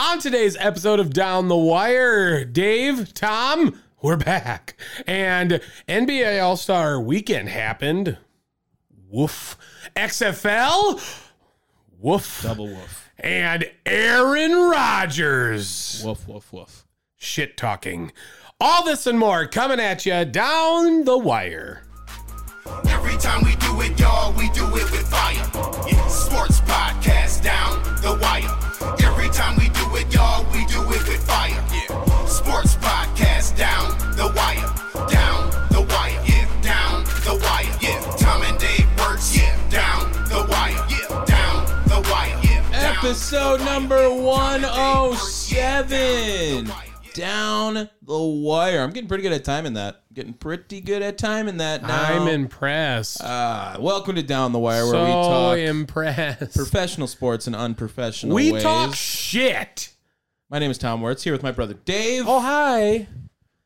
On today's episode of Down the Wire, Dave, Tom, we're back. And NBA All Star weekend happened. Woof. XFL? Woof. Double woof. And Aaron Rodgers. Woof, woof, woof. Shit talking. All this and more coming at you down the wire. Every time we do it, y'all, we do it with fire. Yeah, sports podcast down the wire. Every time we do it, y'all, we do it with fire. Yeah, sports podcast down the wire. Down the wire. Yeah, down the wire. Yeah, Tom and Dave works. Yeah, down the wire. Yeah, down the wire. Yeah, down Episode the wire. number Tom and Dave works. Yeah, 107. down the wire. Yeah. Down the wire. I'm getting pretty good at timing that. Getting pretty good at timing that now. I'm impressed. Uh, welcome to Down the Wire, where so we talk impressed. professional sports and unprofessional We ways. talk shit. my name is Tom Wertz, here with my brother Dave. Oh, hi.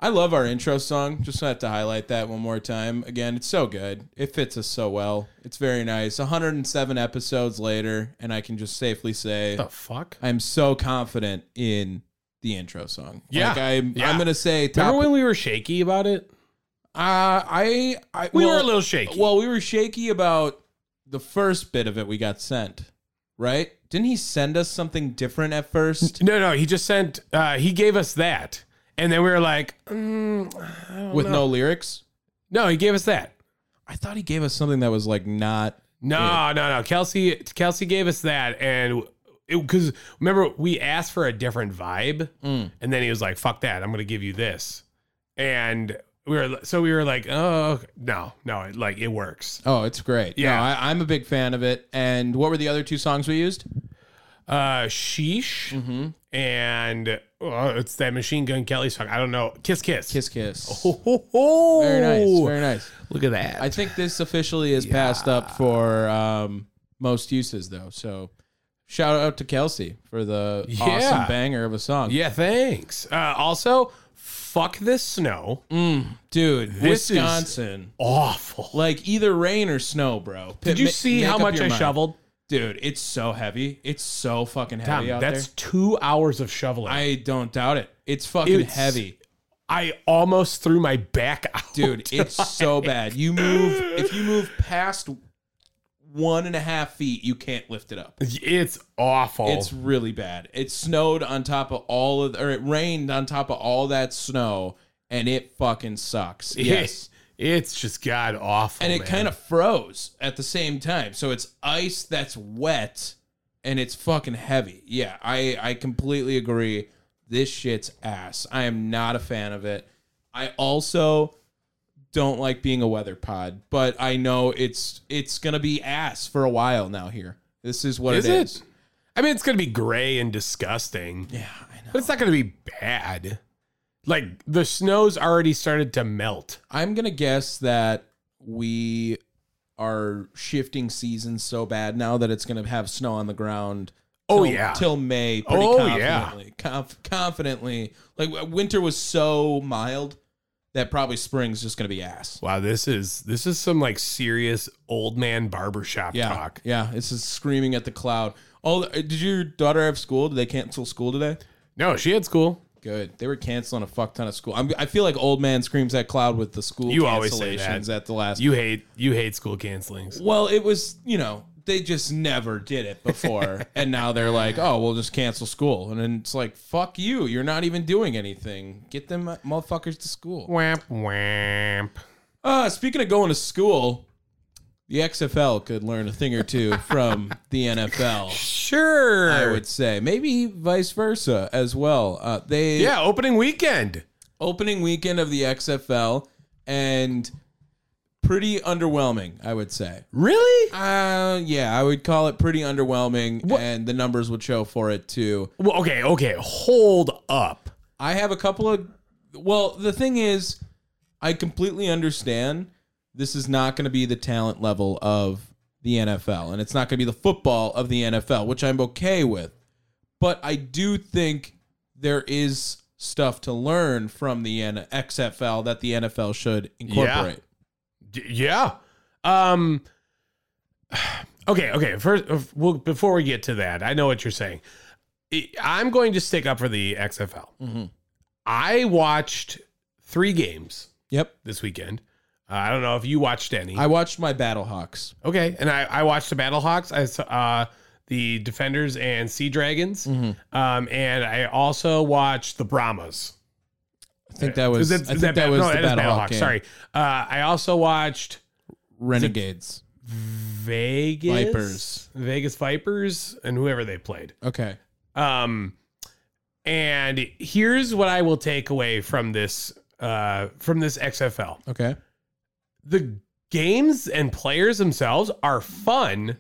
I love our intro song. Just have to highlight that one more time. Again, it's so good. It fits us so well. It's very nice. 107 episodes later, and I can just safely say What the fuck? I'm so confident in the intro song. Yeah. like I'm. Yeah. I'm gonna say. Top, Remember when we were shaky about it? uh, I, I We well- were a little shaky. Well, we were shaky about the first bit of it. We got sent, right? Didn't he send us something different at first No, no, he just sent. Uh, he gave us that, and then we were like, mm, I don't with know. no lyrics? no, he gave us that. I thought he gave us something that was like not. No, no, no. Kelsey, Kelsey gave us that, and because remember we asked for a different vibe, and then he was like, "Fuck that, I'm gonna give you this," and we were so we were like, "Oh okay. no, no, it, like it works." Oh, it's great. Yeah. no, I, I'm a big fan of it. And what were the other two songs we used? Uh, sheesh, Mm-hmm. and oh, it's that Machine Gun Kelly song. I don't know, kiss, kiss, Oh. Kiss, kiss. Ho, ho, ho. Very nice. Very nice. Look at that. I think this officially is passed up for um, most uses, though. So shout out to Kelsey for the Yeah. awesome banger of a song. Yeah, thanks. Uh, also, fuck this snow. Dude, This is- Wisconsin. Awful. Like either rain or snow, bro. Did you see how much I shoveled? Dude, it's so heavy. It's so fucking heavy Tom, out that's there. two hours of shoveling. I, I don't doubt it. It's fucking It's- heavy. almost threw my back out. Dude, it's so bad. You move if you move past one and a half feet, you can't lift it up. It's awful. It's really bad. It snowed on top of all of, or it rained on top of all that snow, and it fucking sucks. Yes. It's just god awful. and it Oh, man. kind of froze at the same time. So it's ice that's wet and it's fucking heavy. Yeah, I, I completely agree. This shit's ass. I am not a fan of it. I also don't like being a weather pod, but I know it's it's gonna be ass for a while now here. This is what Is it it? is. I mean, it's going to be gray and disgusting, Yeah, I know. but it's not going to be bad. Like the snow's already started to melt. I'm gonna guess that we are shifting seasons so bad now that it's gonna have snow on the ground. Oh, till- yeah. till May. Pretty Oh, yeah. confidently. Conf- confidently. Like w- winter was so mild that probably spring's just gonna be ass. Wow, this is this is some like serious old man barbershop Yeah, talk. yeah. It's just screaming at the cloud. Oh, did your daughter have school? Did they cancel school today? No, she had school. Good. They were canceling a fuck ton of school. I'm, I feel like old man screams at cloud with the school You cancellations always say that. at the last You hate you hate school cancelings. Well, it was, you know, they just never did it before. and now they're like, oh, we'll just cancel school. And then it's like, fuck you. You're not even doing anything. Get them motherfuckers to school. Wamp wamp. Uh, speaking of going to school, the XFL could learn a thing or two from the NFL. Sure. I would say maybe vice versa as well. Uh, they yeah, opening weekend. opening weekend of the XFL and pretty underwhelming, I would say. Really? Uh, yeah, I would call it pretty underwhelming, What- and the numbers would show for it too. Well, okay, okay. Hold up. I have a couple of. Well, the thing is, I completely understand this is not going to be the talent level of the NFL, and it's not going to be the football of the NFL, which I'm okay with. But I do think there is stuff to learn from the N- XFL that the NFL should incorporate. D- yeah. Um. Okay. Okay. First, uh, well, before we get to that, I know what you're saying. I- I'm going to stick up for the XFL. I watched three games Yep. this weekend. Uh, I don't know if you watched any. I watched my Battlehawks. Okay, and I, I watched the Battlehawks. I saw uh, the Defenders and Sea Dragons, Mm-hmm. um, and I also watched the Brahmas. I think that Is was. I that- think is that, was no, the is Battlehawk. game. Sorry, uh, I also watched Renegades. Vegas Vipers. Vegas Vipers, and whoever they played. Okay. Um, and here's what I will take away from this uh, from this XFL: Okay. the games and players themselves are fun.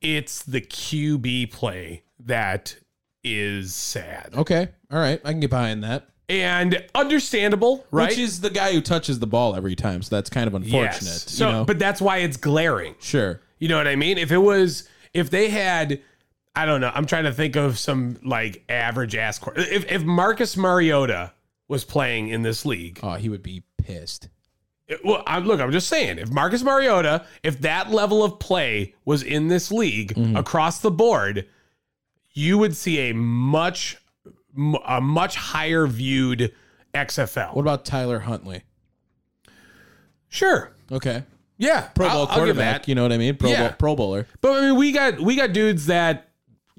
It's the QB play that is sad Okay. All right. I can get behind that. and understandable, right? Which is the guy who touches the ball every time, so that's kind of unfortunate. Yes. you So, know? but that's why it's glaring. sure. You know what I mean? If it was, if they had, I don't know. I'm trying to think of some like average ass. Cor- if if Marcus Mariota was playing in this league, Oh, he would be pissed. it- well, I, look, I'm just saying. If Marcus Mariota, if that level of play was in this league Mm-hmm. across the board, you would see a much m- a much higher viewed XFL. What about Tyler Huntley? sure. Okay. Yeah, Pro I'll- Bowl I'll give quarterback, that. you know what I mean? Pro, Yeah. bowl, pro Bowler. But I mean, we got we got dudes that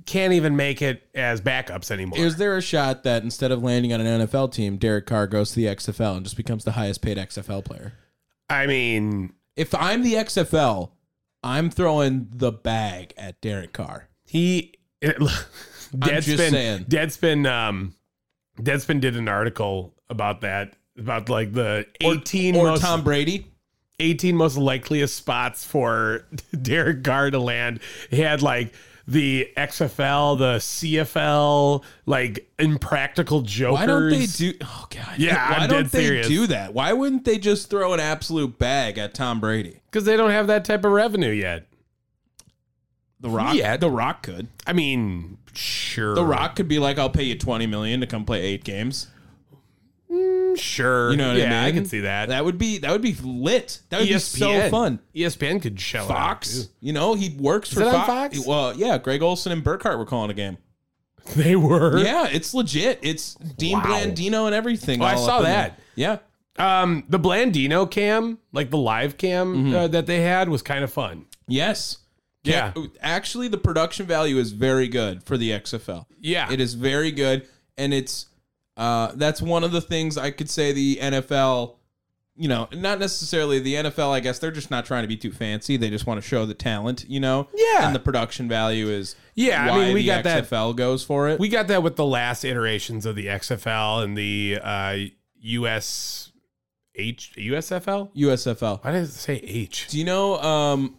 can't even make it as backups anymore. Is there a shot that instead of landing on an NFL team, Derek Carr goes to the XFL and just becomes the highest paid XFL player? I mean, If I'm the XFL, I'm throwing the bag at Derek Carr. he it, I'm just Deadspin saying. Deadspin um Deadspin did an article about that about like the 18 or most Tom Brady. 18 most likeliest spots for Derek Carr to land. He had like the XFL, the CFL, like impractical jokers. Why don't they do? Oh God! Yeah, why I'm don't dead they serious. do that? Why wouldn't they just throw an absolute bag at Tom Brady? Cuz they don't have that type of revenue yet. The Rock. Yeah. The Rock could. I mean, sure. The Rock could be like, "I'll pay you twenty million to come play eight games." Sure. You know what I yeah, I mean? can see that. E That would be that would be lit. That would be so fun. ESPN could show it out, too. Fox, you know, he works for it on Fox. Fox? Well, yeah, Greg Olson and Burkhart were calling a game. They were. Yeah, it's legit. It's Dean Wow. Blandino and everything. Oh, I all saw up in that. there. Yeah, Um, the Blandino cam, like the live cam Mm-hmm. uh, that they had, was kind of fun. yes, Yeah. Actually, the production value is very good for the XFL. Yeah. It is very good, and it's uh, that's one of the things I could say the NFL. You know, not necessarily the NFL. I guess they're just not trying to be too fancy. They just want to show the talent. You know, Yeah. And the production value is Yeah, I Why mean, we the got that- XFL goes for it. We got that with the last iterations of the XFL and the uh, US H USFL. USFL. Why did it say H? Do you know? Um,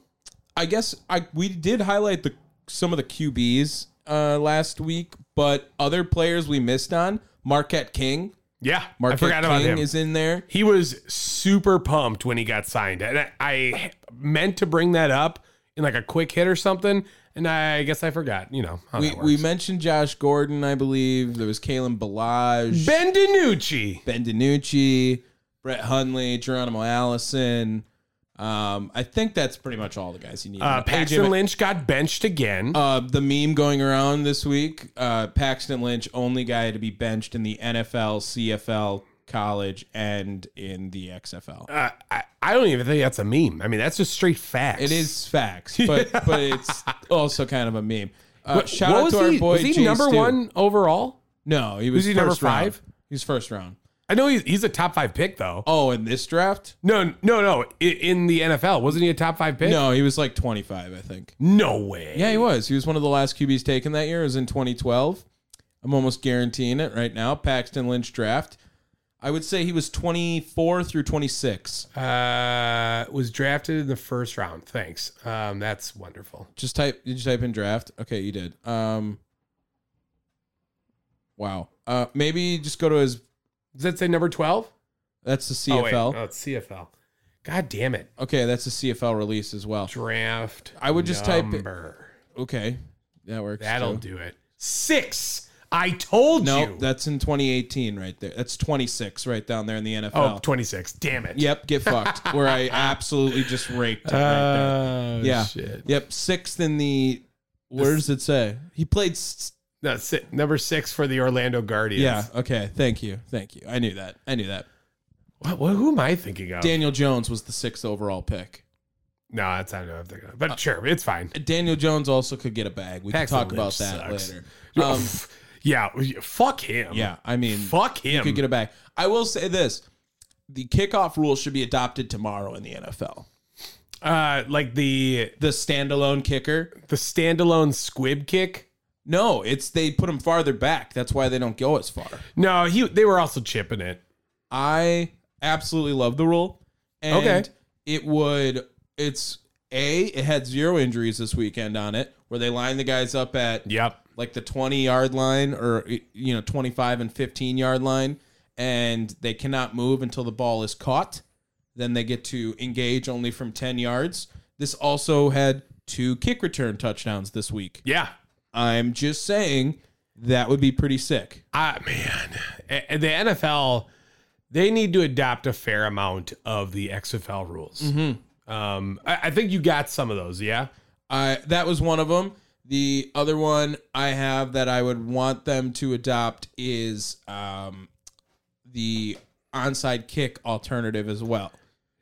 I guess I we did highlight the some of the QBs uh, last week, but other players we missed on Marquette King. Yeah, I Marquette forgot King about him. is in there. he was super pumped when he got signed, and I, I meant to bring that up in like a quick hit or something, and I guess I forgot. You know, how We, that we works. mentioned Josh Gordon, I believe. There was Kalen Balaj, Ben, Ben DiNucci. DiNucci, Brett Hundley, Geronimo Allison. Um, I think that's pretty much all the guys you need. Uh, AJ Paxton Mc- Lynch got benched again. Uh, the meme going around this week: uh, Paxton Lynch, only guy to be benched in the NFL, CFL, college, and in the XFL. Uh, I, I don't even think that's a meme. I mean, that's just straight facts. It is facts, but but it's also kind of a meme. Uh, What- shout what out was to our he- boy. Was he Jay number Stu. one overall? No, he was, Was he first number round. five? He was first round. I know he's, he's a top five pick though. Oh, in this draft? No, no, no. I- In the NFL, wasn't he a top five pick? No, he was like 25, I think. no way. Yeah, he was. He was one of the last QBs taken that year. It was in 2012. I'm almost guaranteeing it right now. Paxton Lynch draft. I would say he was 24 through 26. Uh, was drafted in the first round. Thanks. Um, that's wonderful. Just type. Did you type in draft? Okay, you did. Um. Wow. Uh, maybe just go to his. Does that say number twelve? That's the Oh, wait. uh, CFL. Oh, it's CFL. God damn it! okay, that's the CFL release as well. Draft. I would just type it- number. Okay, that works. That'll too. do it. Six. I told No, you. that's in 2018 right there. That's 26 right down there in the NFL. oh, 26. Damn it. Yep, get fucked. Where I absolutely just raked it right Oh, there. Yeah. Shit. Yep, sixth in the. Where does it say? He played. s- No, si- number six for the Orlando Guardians. Yeah. Okay. Thank you. Thank you. I knew that. I knew that. What, what, who am I thinking of? Daniel Jones was the sixth overall pick. no, that's not who I'm thinking of. Uh, But sure, it's fine. Daniel Jones also could get a bag. We can Paxton talk about Lynch that sucks. later. Yeah, f- yeah, fuck him. Um, Yeah, I mean, fuck him. could get a bag. I will say this: the kickoff rule should be adopted tomorrow in the NFL. uh, like the The standalone kicker. the standalone squib kick. No, it's they put him farther back. That's why they don't go as far. No, he they were also chipping it. I absolutely love the rule. And Okay. it would it's A, it had zero injuries this weekend on it, where they line the guys up at Yep. like the 20 yard line or you know 25 and 15 yard line and they cannot move until the ball is caught then they get to engage only from 10 yards this also had two kick return touchdowns this week Yeah. i'm just saying that would be pretty sick Ah man, A- the NFL they need to adopt a fair amount of the XFL rules. Mm-hmm. Um, I, I think you got some of those. Yeah. i that was one of them the other one i have that i would want them to adopt is um, the onside kick alternative as well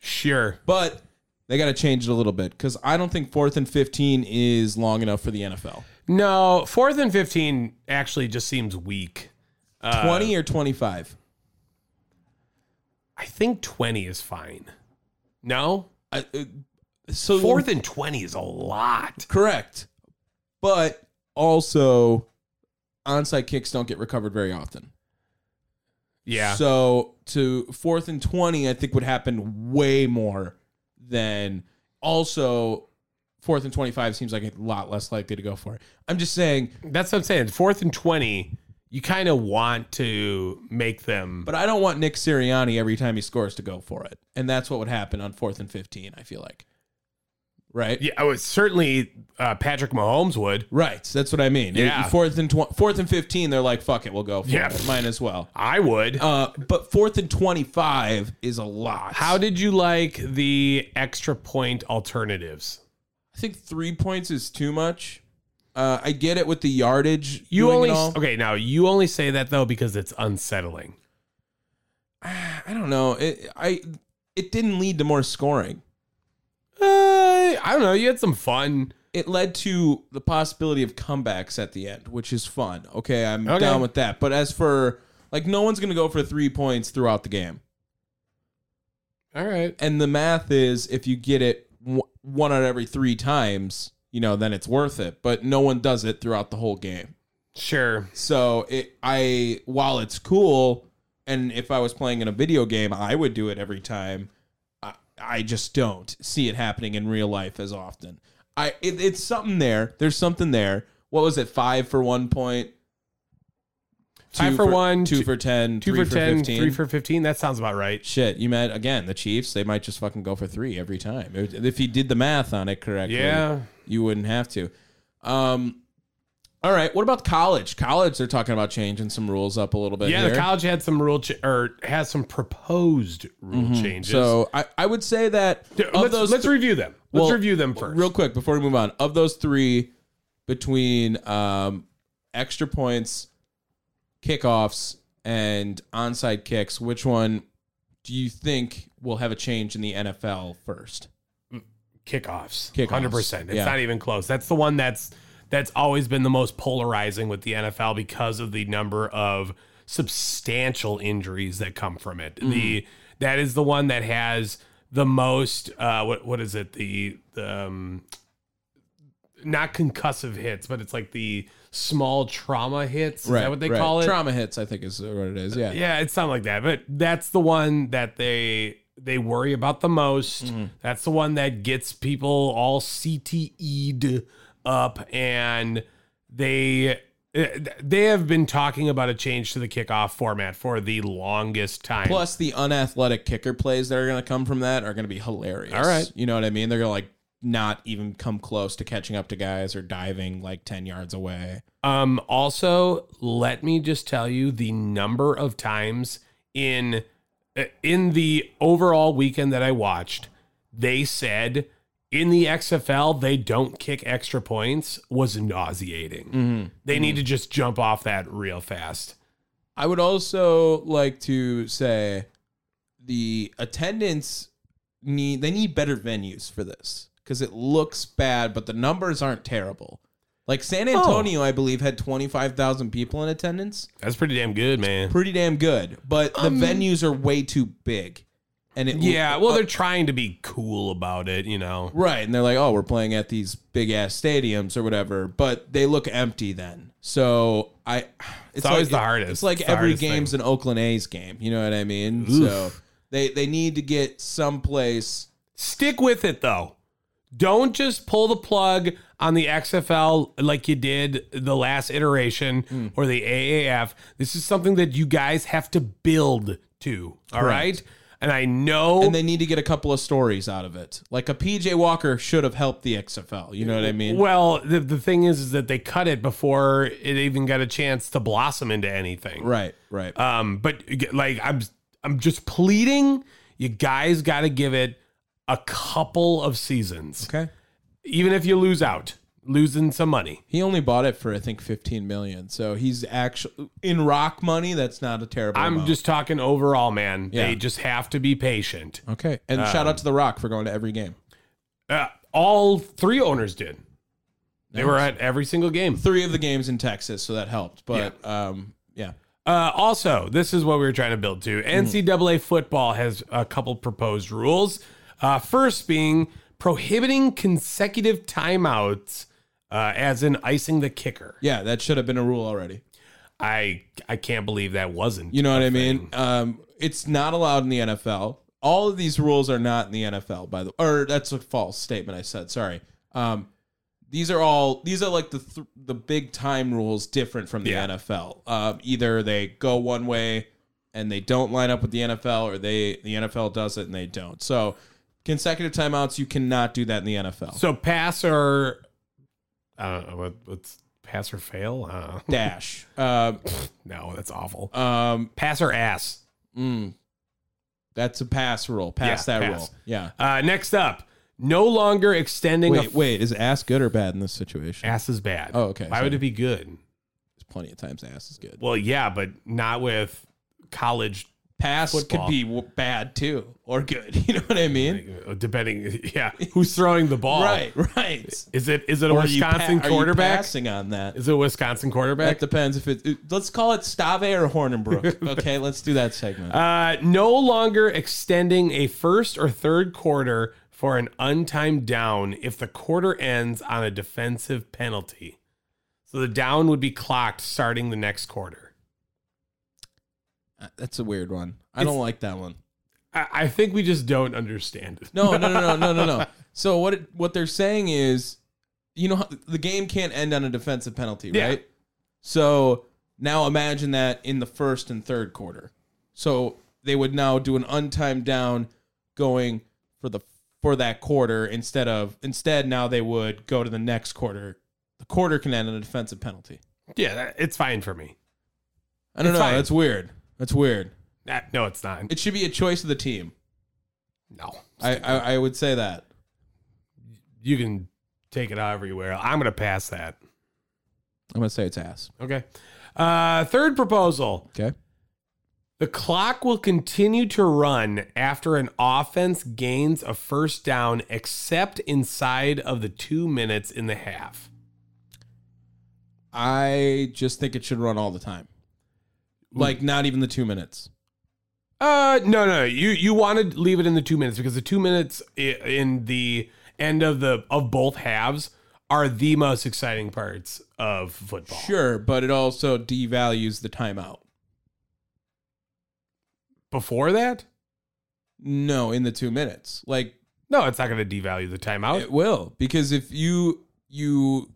Sure. But they got to change it a little bit because I don't think fourth and 15 is long enough for the NFL. No, fourth and fifteen actually just seems weak. 20 or 25? I think twenty is fine. No, I, uh, so fourth and twenty is a lot. correct. But also, onside kicks don't get recovered very often. Yeah. So to fourth and 20, I think would happen way more than also fourth and 25 seems like a lot less likely to go for it. I'm just saying, That's what I'm saying. Fourth and twenty, you kind of want to make them. But I don't want Nick Sirianni every time he scores to go for it. And that's what would happen on fourth and 15, I feel like. Right? Yeah, oh, it's certainly uh, Patrick Mahomes would. Right. That's what I mean. Yeah. Fourth and, tw- fourth and 15, they're like, fuck it, we'll go for Yeah. it. Might as well. I would. Uh, but fourth and 25 is a lot. How did you like the extra point alternatives? I think three points is too much. Uh, I get it with the yardage. You doing only it all. okay now. You only say that though because it's unsettling. I don't know. It, I, it didn't lead to more scoring. Uh, I don't know. You had some fun. it led to the possibility of comebacks at the end, which is fun. Okay, I'm Okay. down with that. But as for like, no one's gonna go for three points throughout the game, All right. and the math is if you get it w- one out of every three times, you know, then it's worth it. But no one does it throughout the whole game. Sure. So it, I, while it's cool, and if I was playing in a video game, I would do it every time. I, I just don't see it happening in real life as often. I, it, it's something there. There's something there. What was it? Five for one point. Five for one, two two- for ten, Two three for, ten, three 15. for fifteen. That sounds about right. Shit, you meant again the Chiefs. They might just fucking go for three every time. It- If you did the math on it correctly, Yeah. you wouldn't have to. Um, all right. What about college? College, they're talking about changing some rules up a little bit. Yeah. here. The college had some rule ch- or has some proposed rule changes. So I, I would say that D- of let's, those, let's review them. Let's well, review them first. real quick before we move on. Of those three, between um, extra points, kickoffs, and onside kicks, which one do you think will have a change in the NFL first? kickoffs. Kickoffs. 100%. It's Yeah. not even close. That's the one that's that's always been the most polarizing with the NFL because of the number of substantial injuries that come from it. Mm. The that is the one that has the most uh what what is it? The the um, not concussive hits, but it's like the small trauma hits. Is that what they right. call it? Trauma hits, I think is what it is. Yeah. Yeah, it's something like that. But that's the one that they they worry about the most. Mm-hmm. That's the one that gets people all CTE'd up, and they eh, they have been talking about a change to the kickoff format for the longest time. Plus, the unathletic kicker plays that are going to come from that are going to be hilarious. All right. You know what I mean? They're going to like not even come close to catching up to guys or diving like 10 yards away. Um, also, let me just tell you the number of times in uh, in the overall weekend that I watched, they said in the XFL they don't kick extra points was nauseating. They need to just jump off that real fast. I would also like to say the attendance need they need better venues for this because it looks bad, but the numbers aren't terrible. Like San Antonio, I believe, had twenty five thousand people in attendance. That's pretty damn good, man. Pretty damn good, but the venues are way too big, and it Um, Yeah, Uh, well, they're trying to be cool about it, you know. Right. And they're like, oh, we're playing at these big ass stadiums or whatever, but they look empty then. So I, it's, always like- the hardest. It's like It's the every hardest game's an Oakland A's game. You know what I mean? So they they need to get someplace. Stick with it though. Don't just pull the plug on the XFL like you did the last iteration Hmm. or the AAF. This is something that you guys have to build to. All right, And I know And they need to get a couple of stories out of it. Like a PJ Walker should have helped the XFL. You know what I mean? well, the, the thing is, is that they cut it before it even got a chance to blossom into anything. Right, right. Um, but like I'm I'm just pleading you guys gotta give it a couple of seasons. okay. Even if you lose out, losing some money. He only bought it for I think 15 million. So he's actually in rock money, that's not a terrible I'm amount. just talking overall, man. Yeah. They just have to be patient. Okay. And Um, shout out to The Rock for going to every game. Uh, all three owners did. They were at every single game. three of the games in Texas, so that helped. But yeah. um, yeah. Uh, also, this is what we were trying to build to. Mm-hmm. NCAA football has a couple proposed rules. Uh, first being prohibiting consecutive timeouts, uh, as in icing the kicker. Yeah, that should have been a rule already. I I can't believe that wasn't. You know what I mean? Um, it's not allowed in the NFL. All of these rules are not in the NFL, by the or that's a false statement I said. Sorry. Um, these are all these are like the th- the big time rules different from the Yeah. NFL. Um, either they go one way and they don't line up with the NFL, or they the NFL does it and they don't. So consecutive timeouts, you cannot do that in the NFL. So pass or I don't know what, what's pass or fail. I don't know. Dash. Uh, no, that's awful. um, Pass or ass. Mm. That's a pass rule. Pass Yeah, that pass. rule. Yeah. Uh, next up, no longer extending a Wait, wait. Is ass good or bad in this situation? ass is bad. Oh, okay, Why sorry. would it be good? There's plenty of times ass is good. Well, yeah, but not with college. Pass Football. could be w- bad too or good. You know what I mean? uh, Depending, yeah, who's throwing the ball? Right, right. Is it is it a Or are you pa- Wisconsin are you quarterback? passing on that. Is it a Wisconsin That quarterback? depends if it. it- Let's call it Stave or Hornibrook. Okay, let's do that segment. Uh, no longer extending a first or third quarter for an untimed down if the quarter ends on a defensive penalty. So the down would be clocked starting the next quarter. Uh, That's a weird one. I don't like that one. I, I think we just don't understand it. No, no, no, no, no, no, no. So what it, what they're saying is, you know, how- the game can't end on a defensive penalty, Yeah. right? So now imagine that in the first and third quarter. So they would now do an untimed down going for the for that quarter instead of instead now they would go to the next quarter. The quarter can end on a defensive penalty. Yeah, that- it's fine for me. I don't It's know. fine. That's weird. That's weird. That- no, it's not. It should be a choice of the team. no, I I, I would say that. you can take it however you will. I'm gonna pass that. I'm gonna say it's ass. Okay. Uh, third proposal: Okay. the clock will continue to run after an offense gains a first down, except inside of the two minutes in the half. I just think it should run all the time. Like not even the two minutes. Uh, no, no, you you want to leave it in the two minutes because the two minutes i- in the end of the of both halves are the most exciting parts of football. Sure, but it also devalues the timeout. Before that, No, in the two minutes. Like no, it's not going to devalue the timeout. It will because if you you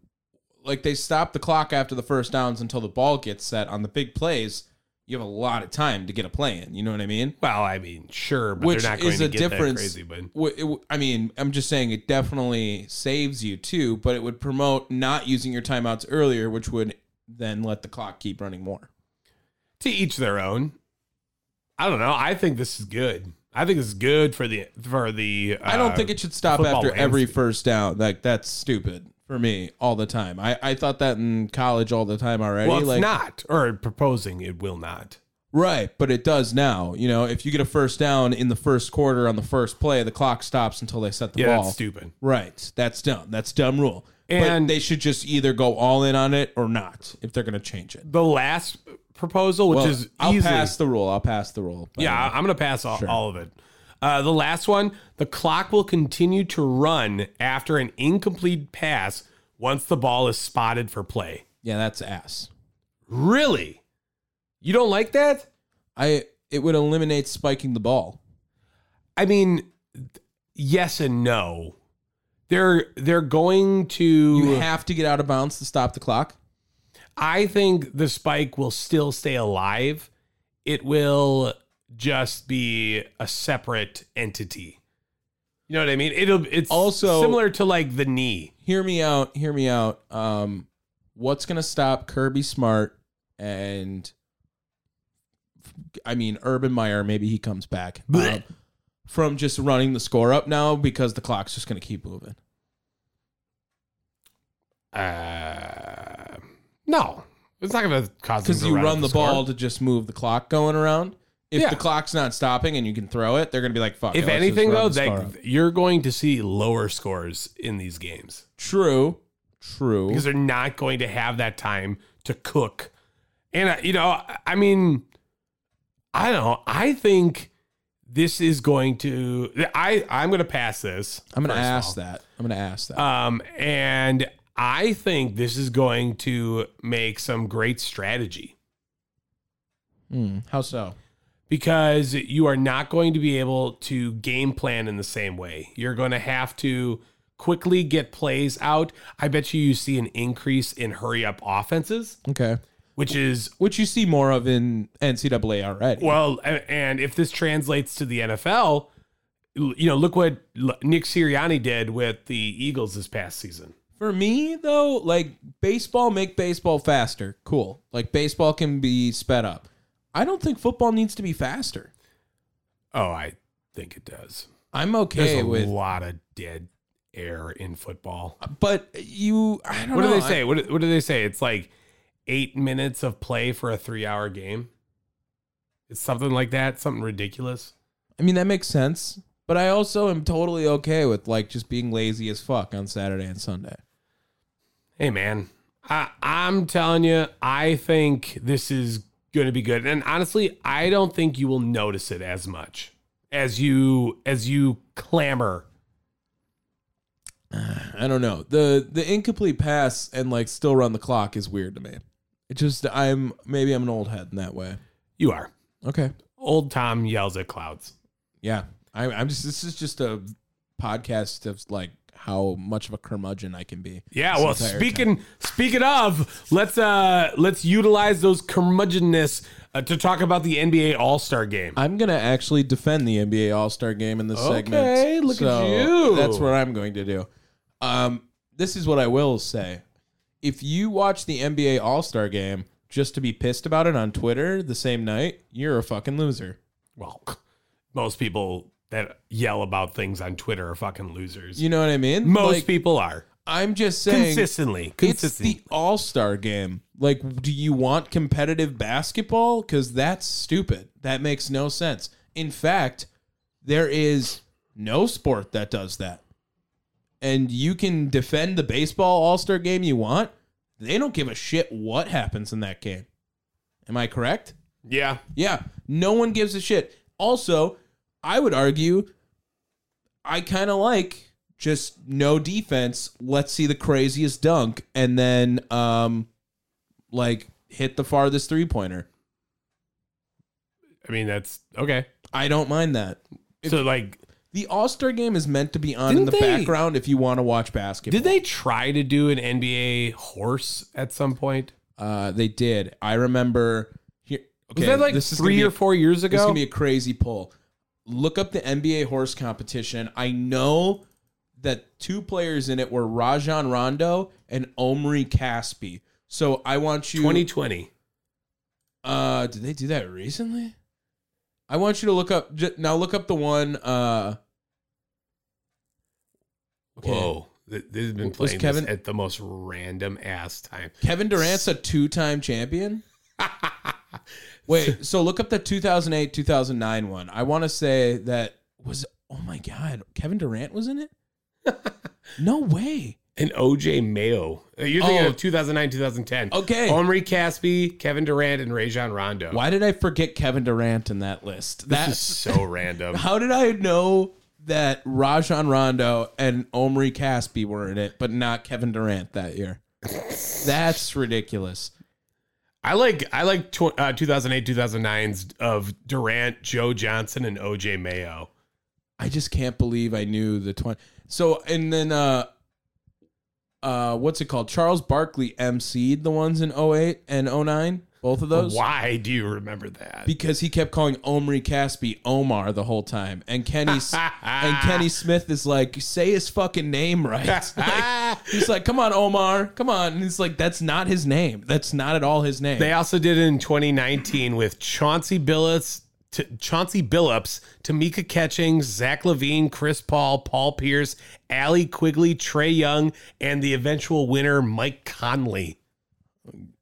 like they stop the clock after the first downs until the ball gets set on the big plays, you have a lot of time to get a play in. You know what I mean? well, I mean, sure, but Which they're not going is to a get that difference. crazy. But Wh- it w- I mean, I'm just saying it definitely saves you too, but it would promote not using your timeouts earlier, which would then let the clock keep running more. to each their own. I don't know. I think this is good. I think this is good for the for the. I don't uh, think it should stop football after every landscape. first down. Like that's stupid for me all the time. I, I thought that in college all the time already. Well, it's like, not, or proposing it will not. Right, but it does now. You know, if you get a first down in the first quarter on the first play, the clock stops until they set the Yeah, ball. that's stupid. Right, that's dumb. That's dumb rule. And- but they should just either go all in on it or not if they're going to change it. The last proposal, which Well, is I'll easily, pass the rule. I'll pass the rule. But- yeah, I- I'm gonna pass all, all of it. Uh, the last one, the clock will continue to run after an incomplete pass once the ball is spotted for play. yeah, that's ass. Really, you don't like that? I it would eliminate spiking the ball. I mean, yes and no. They're they're going to. You have to get out of bounds to stop the clock. I think the spike will still stay alive. It will just be a separate entity. You know what I mean? It'll it's Also- similar to like the knee. hear me out. Hear me out. Um, what's gonna stop Kirby Smart and I mean Urban Meyer? Maybe he comes back Blech. um, from just running the score up now because the clock's just gonna keep moving. Uh, no, it's not going to cause them Because to you up run the score. ball to just move the clock going around. If Yeah. the clock's not stopping and you can throw it, they're gonna be like, "Fuck." If it, let's just anything, run though, the they, score up. you're going to see lower scores in these games true, true. because they're not going to have that time to cook. And uh, you know, I- I mean, I don't know. I think this is going to. I I'm going to pass this. I'm gonna first of ask that. I'm gonna ask that. all. Um, and I think this is going to make some great strategy Hmm, how so? because you are not going to be able to game plan in the same way. You're going to have to quickly get plays out. I bet you you see an increase in hurry up offenses, Okay, which is which you see more of in NCAA already. Well, a- and if this translates to the NFL, l- you know, look what L- Nick Sirianni did with the Eagles this past season. For me though, like baseball make baseball faster. Cool. Like baseball can be sped up. I don't think football needs to be faster. Oh, I think it does. I'm There's okay a with lot of dead air in football. but you I don't What do know. they I- say? What, do- what do they say? It's like eight minutes of play for a three hour game. It's something like that. Something ridiculous. I mean that makes sense. But I also am totally okay with like just being lazy as fuck on Saturday and Sunday. Hey, man, I, I'm telling you, I think this is going to be good. And honestly, I don't think you will notice it as much as you as you clamor. I don't know. The the incomplete pass and like still run the clock is weird to me. It just I'm maybe I'm an old head in that way. You are. Okay. Old Tom yells at clouds. Yeah, I, I'm just. This is just a podcast of like how much of a curmudgeon I can be. Yeah, this well, entire speaking speaking of, let's uh let's utilize those curmudgeonness uh, to talk about the NBA All Star Game. time. I'm gonna actually defend the NBA All Star Game in this segment. Okay, look at you. That's what I'm going to do. Um, this is what I will say. If you watch the NBA All Star Game just to be pissed about it on Twitter the same night, you're a fucking loser. Well, most people that yell about things on Twitter are fucking losers. You know what I mean? most Like, people are I'm just saying. consistently. It's Consistently. the All Star game. Like, do you want competitive basketball? Because that's stupid. That makes no sense. In fact, there is no sport that does that. And you can defend the baseball All Star game you want. They don't give a shit what happens in that game. Am I correct? yeah. Yeah, no one gives a shit. Also, I would argue I kind of like just no defense. Let's see the craziest dunk, and then um, like hit the farthest three pointer. I mean, that's okay. I don't mind that. so like, The All Star Game is meant to be on in the Didn't they- background if you want to watch basketball. did they try to do an NBA horse at some point? Uh, they did. I remember here. Okay, Was that like this is three gonna or be a- four years This is ago? gonna be a crazy poll. Look up the NBA horse competition. I know that two players in it were Rajon Rondo and Omri Caspi. So I want you. Twenty twenty. Uh, did they do that recently? I want you to look up ju- now. Look up the one. Uh, okay. Whoa. Th- This has been W- was playing Kevin- this at the most random ass time. Kevin Durant's a two-time champion. Wait, so look up the 2008 2009 one. I want to say that was oh my god, Kevin Durant was in it. no way. And OJ Mayo. Uh, You're thinking Oh. of 2009, 2010. Okay. Omri Caspi, Kevin Durant, and Rajon Rondo. Why did I forget Kevin Durant in that list? This is That's so random. how did I know that Rajon Rondo and Omri Caspi were in it, but not Kevin Durant that year? That's ridiculous. I like I like tw- uh, 2008, 2009s of Durant, Joe Johnson, and OJ Mayo. I just can't believe I knew the 20. So, and then, uh, uh, what's it called? Charles Barkley emceed the ones in 08 and 09, both of those. Why do you remember that? Because he kept calling Omri Caspi Omar the whole time. And Kenny, and Kenny Smith is like, say his fucking name right. Like, he's like, come on, Omar, come on. And it's like, that's not his name. That's not at all his name. They also did it in 2019 with Chauncey Billups, T- Chauncey Billups, Tamika Catchings, Zach Levine, Chris Paul, Paul Pierce, Allie Quigley, Trey Young, and the eventual winner Mike Conley.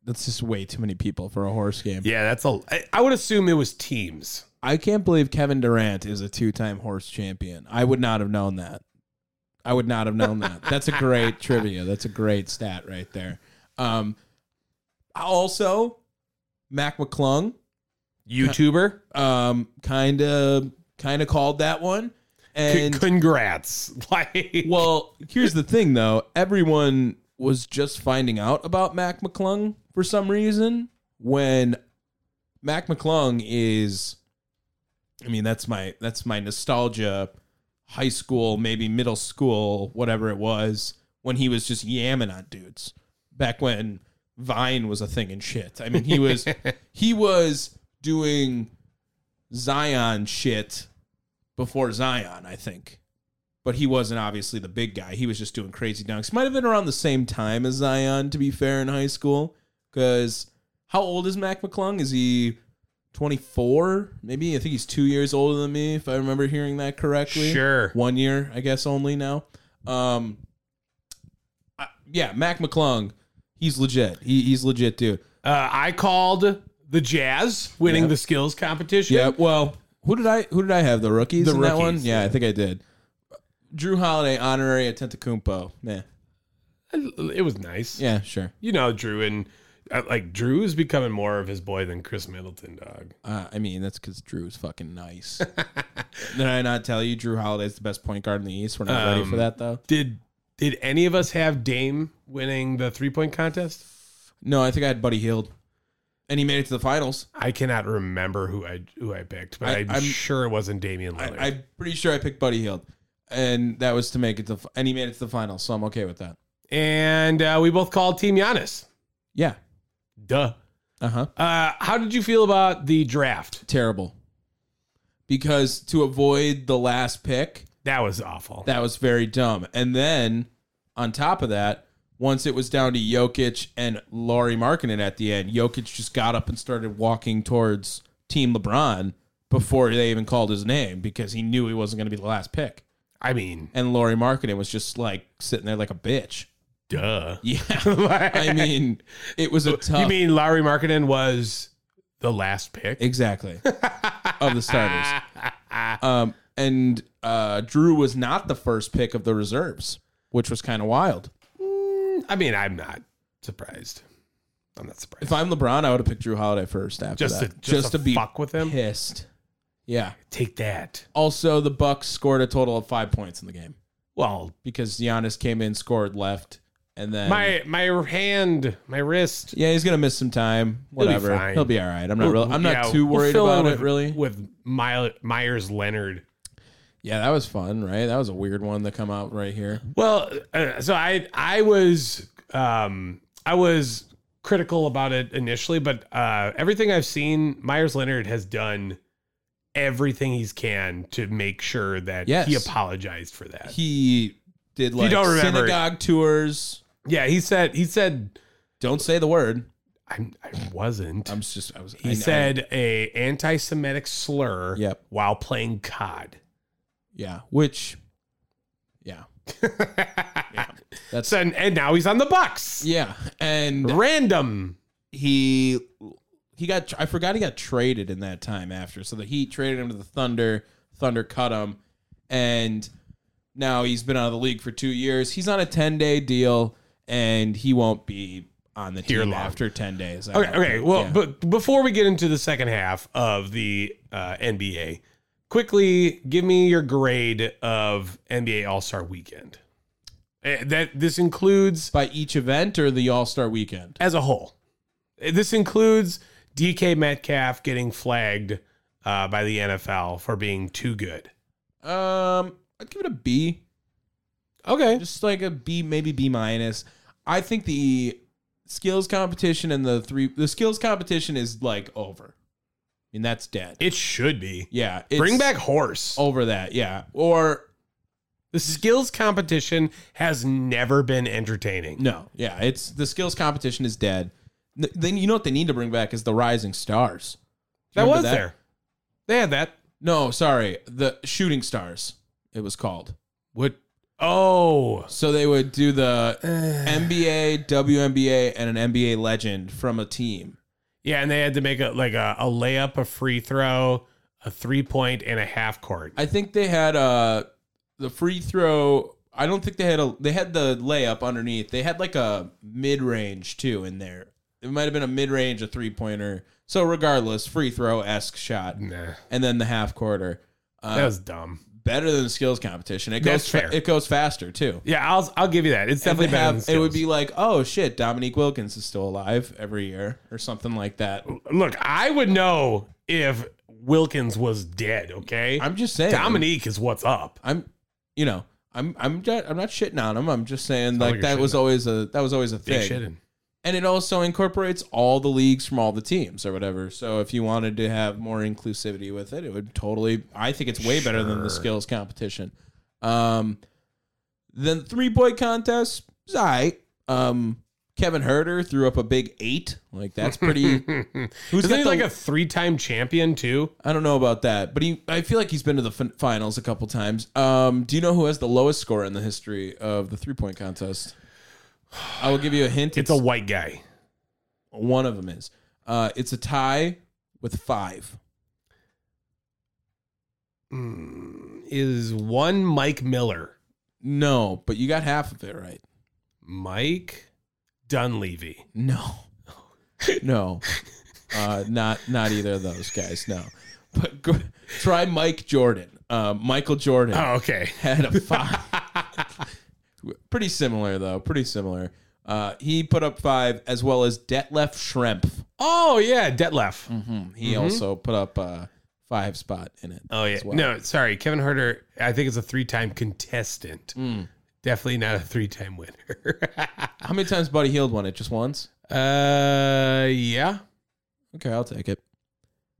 that's just way too many people for a horse game. Yeah, that's a. I, I would assume it was teams. I can't believe Kevin Durant is a two-time horse champion. I would not have known that. I would not have known that. That's a great trivia. That's a great stat right there. Um, also, Mac McClung, YouTuber. um, kind of kind of called that one. C- And congrats. Like, well, here's the thing though. Everyone was just finding out about Mac McClung for some reason when Mac McClung is I mean, that's my that's my nostalgia high school, maybe middle school, whatever it was, when he was just yamming on dudes. Back when Vine was a thing and shit. I mean, he was he was doing Zion shit before Zion, I think but he wasn't obviously the big guy. He was just doing crazy dunks. Might have been around the same time as Zion, to be fair, in high school. Because how old is Mac McClung? Is he 24? Maybe I think he's two years older than me, if I remember hearing that correctly. Sure. one year, I guess, only now. Um, I- yeah, Mac McClung, he's legit. He, he's legit, dude. uh, I called the Jazz winning Yep. the skills competition. Yeah. Well, who did I who did I have the rookies The in that one? rookies, Yeah, I think I did. Drew Holiday, honorary Atentacumpo. Yeah. It was nice. Yeah. Sure. you know Drew and uh, like Drew is becoming more of his boy than Chris Middleton, dog. Uh, I mean, that's because Drew's fucking nice. Did I not tell you Drew Holiday's the best point guard in the East? We're not ready for Um, that though. Did did any of us have Dame winning the three point contest? No, I think I had Buddy Hield, and he made it to the finals. I cannot remember who I who I picked, but I- I, am I'm- sure it wasn't Damian Lillard. I, I'm pretty sure I picked Buddy Hield, and that was to make it to, the- and he made it to the finals. So I'm okay with that. and uh, we both called Team Giannis. Yeah. Duh. Uh huh. Uh, how did you feel about the draft? Terrible. Because to avoid the last pick, That was awful. That was very dumb. And then on top of that, once it was down to Jokic and Laurie Markkinen at the end, Jokic just got up and started walking towards Team LeBron before they even called his name because he knew he wasn't going to be the last pick. I mean, And Laurie Markkinen was just like sitting there like a bitch. duh. Yeah. I mean, it was a tough. you mean Lowry Markkinen was the last pick? Exactly. of the starters. Um, and uh, Drew was not the first pick of the reserves, which was kind of wild. I mean, I'm not surprised. I'm not surprised. If I'm LeBron, I would have picked Drew Holiday first after Just that. to- just to fuck with him? pissed. Yeah. Take that. Also, the Bucks scored a total of five points in the game. Well, because Giannis came in, scored, left, and then my my hand, my wrist. yeah, he's gonna miss some time. be Whatever, he'll be, fine. all right. I'm not real. I'm not Yeah, too we'll worried fill in about it with- really. With My, Myers Leonard. Yeah, that was fun, right? That was a weird one to come out right here. Well, uh, so I I was um I was critical about it initially, but uh everything I've seen, Myers Leonard has done everything he's can to make sure that Yes. he apologized for that. He did like don't remember it. synagogue tours. yeah, he said he said Don't say the word. I, I wasn't. I'm just. I was. he I- I- said a anti-Semitic slur Yep. while playing COD. yeah, which, yeah, that's So, and, and now he's on the Bucks. yeah, and Random. he he got I forgot he got traded in that time after. So the Heat traded him to the Thunder. Thunder cut him, and now he's been out of the league for two years. He's on a ten day deal, and he won't be on the Here team long. after ten days. I Okay, don't okay. think. Well, Yeah. but before we get into the second half of the uh, NBA, quickly give me your grade of NBA All Star Weekend. Eh, That this includes by each event or the All Star Weekend. as a whole. Eh, This includes DK Metcalf getting flagged uh, by the NFL for being too good. Um, I'd give it a B. Okay, just like a B, maybe B minus. I think the skills competition and the three the skills competition is like over. I mean that's dead. it should be. yeah, it's Oh. Bring back horse. over that. Yeah, or The skills competition has never been entertaining. no, yeah, it's the skills competition is dead. N- Then you know what they need to bring back is the rising stars. that Remember was there. They had that. No, sorry, the shooting stars. It was called. What? Oh, So they would do the NBA, WNBA, and an NBA legend from a team. Yeah, and they had to make a like a, a layup, a free throw, a three point, and a half court. I think they had uh the free throw. I don't think they had a they had the layup underneath. They had like a mid range too in there. It might have been a mid range, a three pointer. So regardless, free throw esque shot, Nah, and then the half quarter. Uh, that was dumb. better than the skills competition. It That's goes fa- fair. it goes faster too. Yeah, I'll I'll give you that. It's It would, definitely better. have, than it would be skills. like, oh shit, Dominique Wilkins is still alive every year or something like that. Look, I would know if Wilkins was dead. Okay, I'm just saying, Dominique is what's up. I'm, you know, I'm I'm ju- I'm not shitting on him. I'm just saying not like, like you're that was shitting on always a that was always a Big thing. shit. and it also incorporates all the leagues from all the teams or whatever. So if you wanted to have more inclusivity with it, it would totally. I think it's way better than the Sure. skills competition. Um, then three point contest, it's all right. Um, Kevin Herder threw up a big eight. Like that's pretty. Who's Who's got he the- like a three time champion too? I don't know about that, but he. I feel like he's been to the fin- finals a couple times. Um, do you know who has the lowest score in the history of the three point contest? I will give you a hint. It's a white guy. One of them is. Uh, it's a tie with five. Is one Mike Miller, No, but you got half of it right. Mike Dunleavy? No, no, uh, not not either of those guys. No, but go, try Mike Jordan. Uh, Michael Jordan Oh, okay. had a five. Pretty similar though. Pretty similar. Uh, he put up five as well as Detlef Schrempf. Oh yeah, Detlef. He also put up a five spot in it. Mm-hmm. Oh yeah. well. No, sorry, Kevin Herter. I think is a three-time contestant. Hmm. Definitely not a three-time winner. How many times Buddy Healed won it? Just once. uh, yeah. Okay, I'll take it.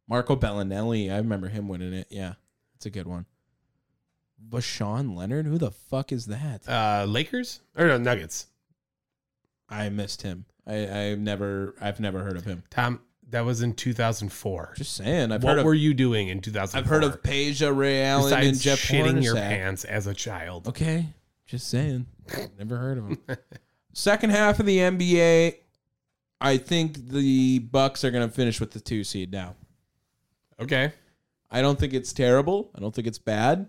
Marco Bellinelli, I remember him winning it. Yeah, it's a good one. Vashawn Leonard, who the fuck is that? Uh, Lakers or no Nuggets? I missed him. I I never I've never heard of him. Tom, that was in 2004. Just saying, I've what heard of were you doing in 2004? I've heard of Peja Ray Allen besides and Jeff shitting Hornacek. your pants as a child. Okay, just saying. Never heard of him. Second half of the NBA, I think the Bucks are going to finish with the two seed now. Okay. I don't think it's terrible. I don't think it's bad.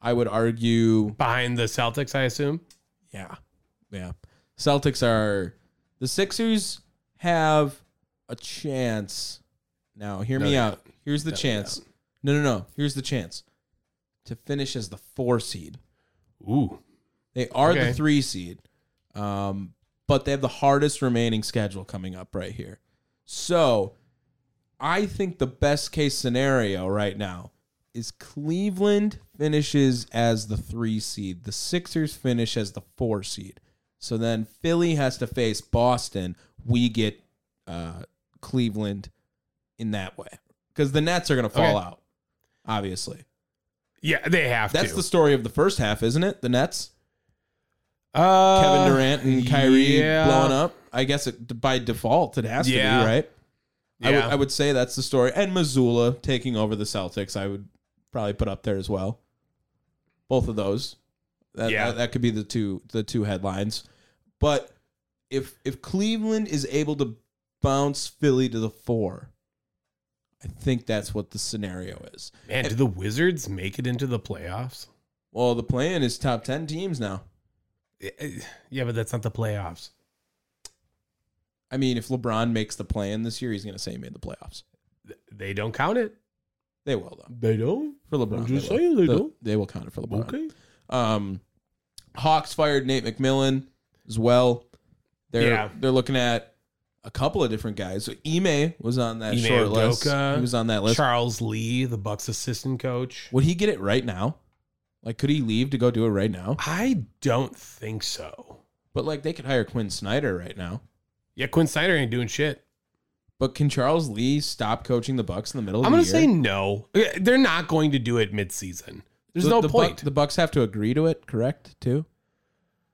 I would argue Behind the Celtics, I assume. Yeah. Yeah. Celtics are the Sixers have a chance. Now, hear No, me they out. Here's the No, they chance. No, no, no. Here's the chance to finish as the 4 seed. Ooh. They are Okay. the three seed, um, but they have the hardest remaining schedule coming up right here. So I think the best case scenario right now is Cleveland finishes as the three seed, the Sixers finish as the four seed. So then Philly has to face Boston. We get uh, Cleveland in that way because the Nets are going to fall Okay. out, obviously. Yeah, they have That's to. the story of the first half, isn't it? The Nets, uh, Kevin Durant and Kyrie yeah. blowing up. I guess it, by default it has Yeah. to be right. I would- Yeah. I would say that's the story. And Missoula taking over the Celtics, I would probably put up there as well. Both of those, that, Yeah. that, that could be the two the two headlines. But if if Cleveland is able to bounce Philly to the four, I think that's what the scenario is. Man, do the Wizards make it into the playoffs? Well, the plan is top ten teams now. Yeah, but that's not the playoffs. I mean, if LeBron makes the plan this year, he's going to say he made the playoffs. They don't count it. They will though They don't. for LeBron. I'm just will. saying they They'll- don't. They uh, will count it for LeBron. Um, Hawks fired Nate McMillan as well. They're Yeah. they're looking at a couple of different guys. So Ime was on that Ime short list. Udoka, He was on that list. Charles Lee, the Bucks assistant coach. Would he get it right now? Like, could he leave to go do it right now? I don't think so. But like, they could hire Quinn Snyder right now. Yeah, Quinn Snyder ain't doing shit. But can Charles Lee stop coaching the Bucks in the middle? of I'm the gonna year? say no. They're not going to do it midseason. There's The- no the Buc- point. the Bucks have to agree to it, correct? Too,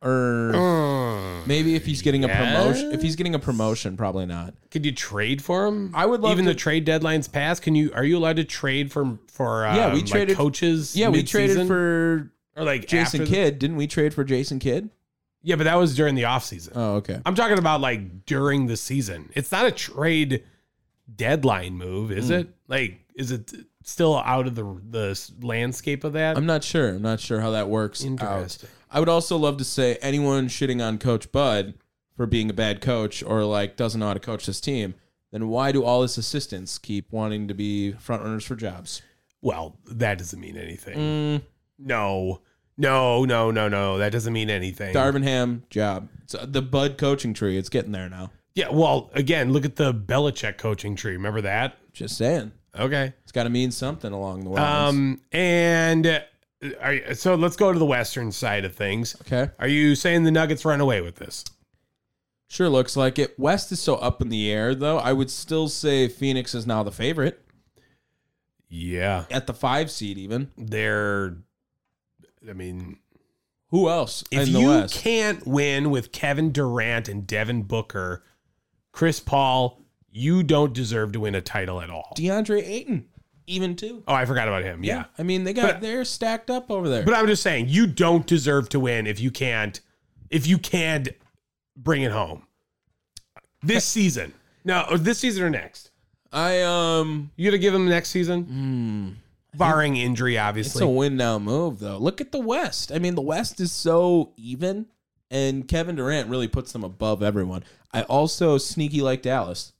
or Mm. Maybe if he's getting a promotion, if Yes. he's getting a promotion, probably not. Could you trade for him? I would love even to- the trade deadlines pass. Can you? Are you allowed to trade for for? Um, Yeah, we like, traded- coaches. Yeah, we midseason? traded for or like Jason after the- Kidd, didn't we trade for Jason Kidd? yeah, but that was during the offseason. Oh, okay. I'm talking about like during the season. It's not a trade deadline move, is it? Like, is it still out of the the s- landscape of that? I'm not sure. I'm not sure how that works. Out. Interesting. I would also love to say anyone shitting on Coach Bud for being a bad coach or like doesn't know how to coach this team. Then why do all his assistants keep wanting to be front runners for jobs? Well, that doesn't mean anything. No, no, no, no, no. That doesn't mean anything. Darvin Ham job. It's uh, the Bud coaching tree. It's getting there now. Yeah. Well, again, look at the Belichick coaching tree. Remember that? Just saying, Okay. it's got to mean something along the way. Um, and uh, are you- so let's go to the Western side of things. okay. Are you saying the Nuggets run away with this? Sure looks like it. West is so up in the air, though. I would still say Phoenix is now the favorite Yeah. at the five seed, even. They're, I mean, Who else if in the you West? can't win with Kevin Durant and Devin Booker, Chris Paul, you don't deserve to win a title at all. DeAndre Ayton, even too. Oh, I forgot about him. Yeah. I mean, they got But- they're stacked up over there. But I'm just saying, you don't deserve to win if you can't if you can't bring it home this season. No, or this season or next. I um, You got to give him next season, barring injury, Hmm. it's obviously. a win now move though. Look at the West. I mean, the West is so even, and Kevin Durant really puts them above everyone. I also sneaky like Dallas,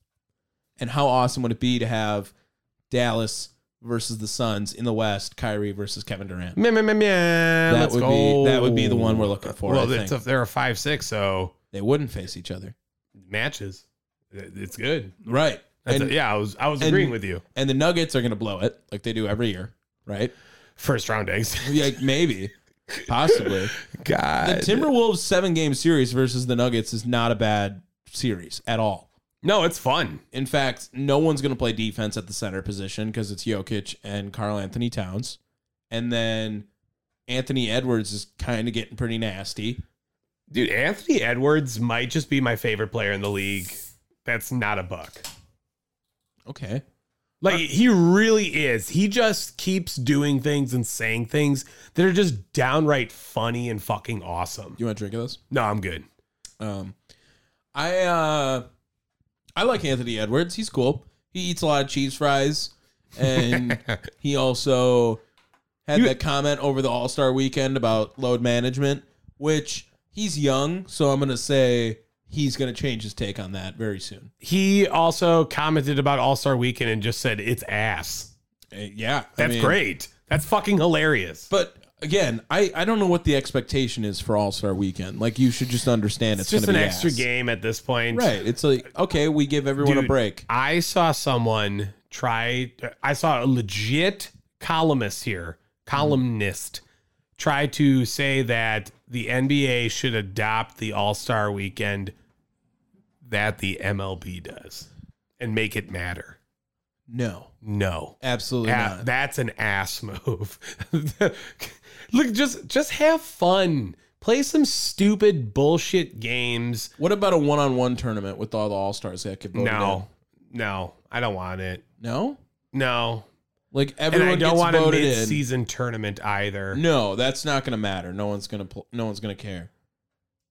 and how awesome would it be to have Dallas versus the Suns in the West? Kyrie versus Kevin Durant. Meh, meh, meh, meh. Let's would be- go. that would be the one we're looking for, Well, I it's think. a- they're a five six, so They wouldn't face each other. matches. It- It's good. Right. That's and, a- yeah, I was I was and- agreeing with you. and the Nuggets are going to blow it like they do every year, right? First round exit. Like maybe, possibly. God, The Timberwolves seven game series versus the Nuggets is not a bad series at all. no, it's fun. In fact, no one's going to play defense at the center position because it's Jokic and Carl Anthony Towns. And then Anthony Edwards is kind of getting pretty nasty. Dude, Anthony Edwards might just be my favorite player in the league. That's not a buck. Okay. Like he really is. He just keeps doing things and saying things that are just downright funny and fucking awesome. You want a drink of this? No, I'm good. Um, I uh, I like Anthony Edwards. He's cool. He eats a lot of cheese fries, and he also had You- that comment over the All Star Weekend about load management, which he's young, so I'm gonna say he's gonna change his take on that very soon. He also commented about All Star Weekend and just said it's ass. Uh, yeah, I That's mean, great. That's fucking hilarious. But again, I, I don't know what the expectation is for All Star Weekend. Like you should just understand It's it's, just gonna an be extra ass. game at this point. right? It's like okay, we give everyone a Dude, break. I saw someone try. I saw a legit columnist here, columnist, try to say that the NBA should adopt the All Star Weekend that the MLB does and make it matter. No, No, absolutely Ah, not. that's an ass move. Look, just just have fun. Play some stupid bullshit games. what about a one-on-one tournament with all the All Stars that could vote? No, no, I don't want it. in? no. No, Like and everyone I don't gets want a voted in. mid-season tournament either. No, that's not going to matter. No one's going to pl- no one's going to care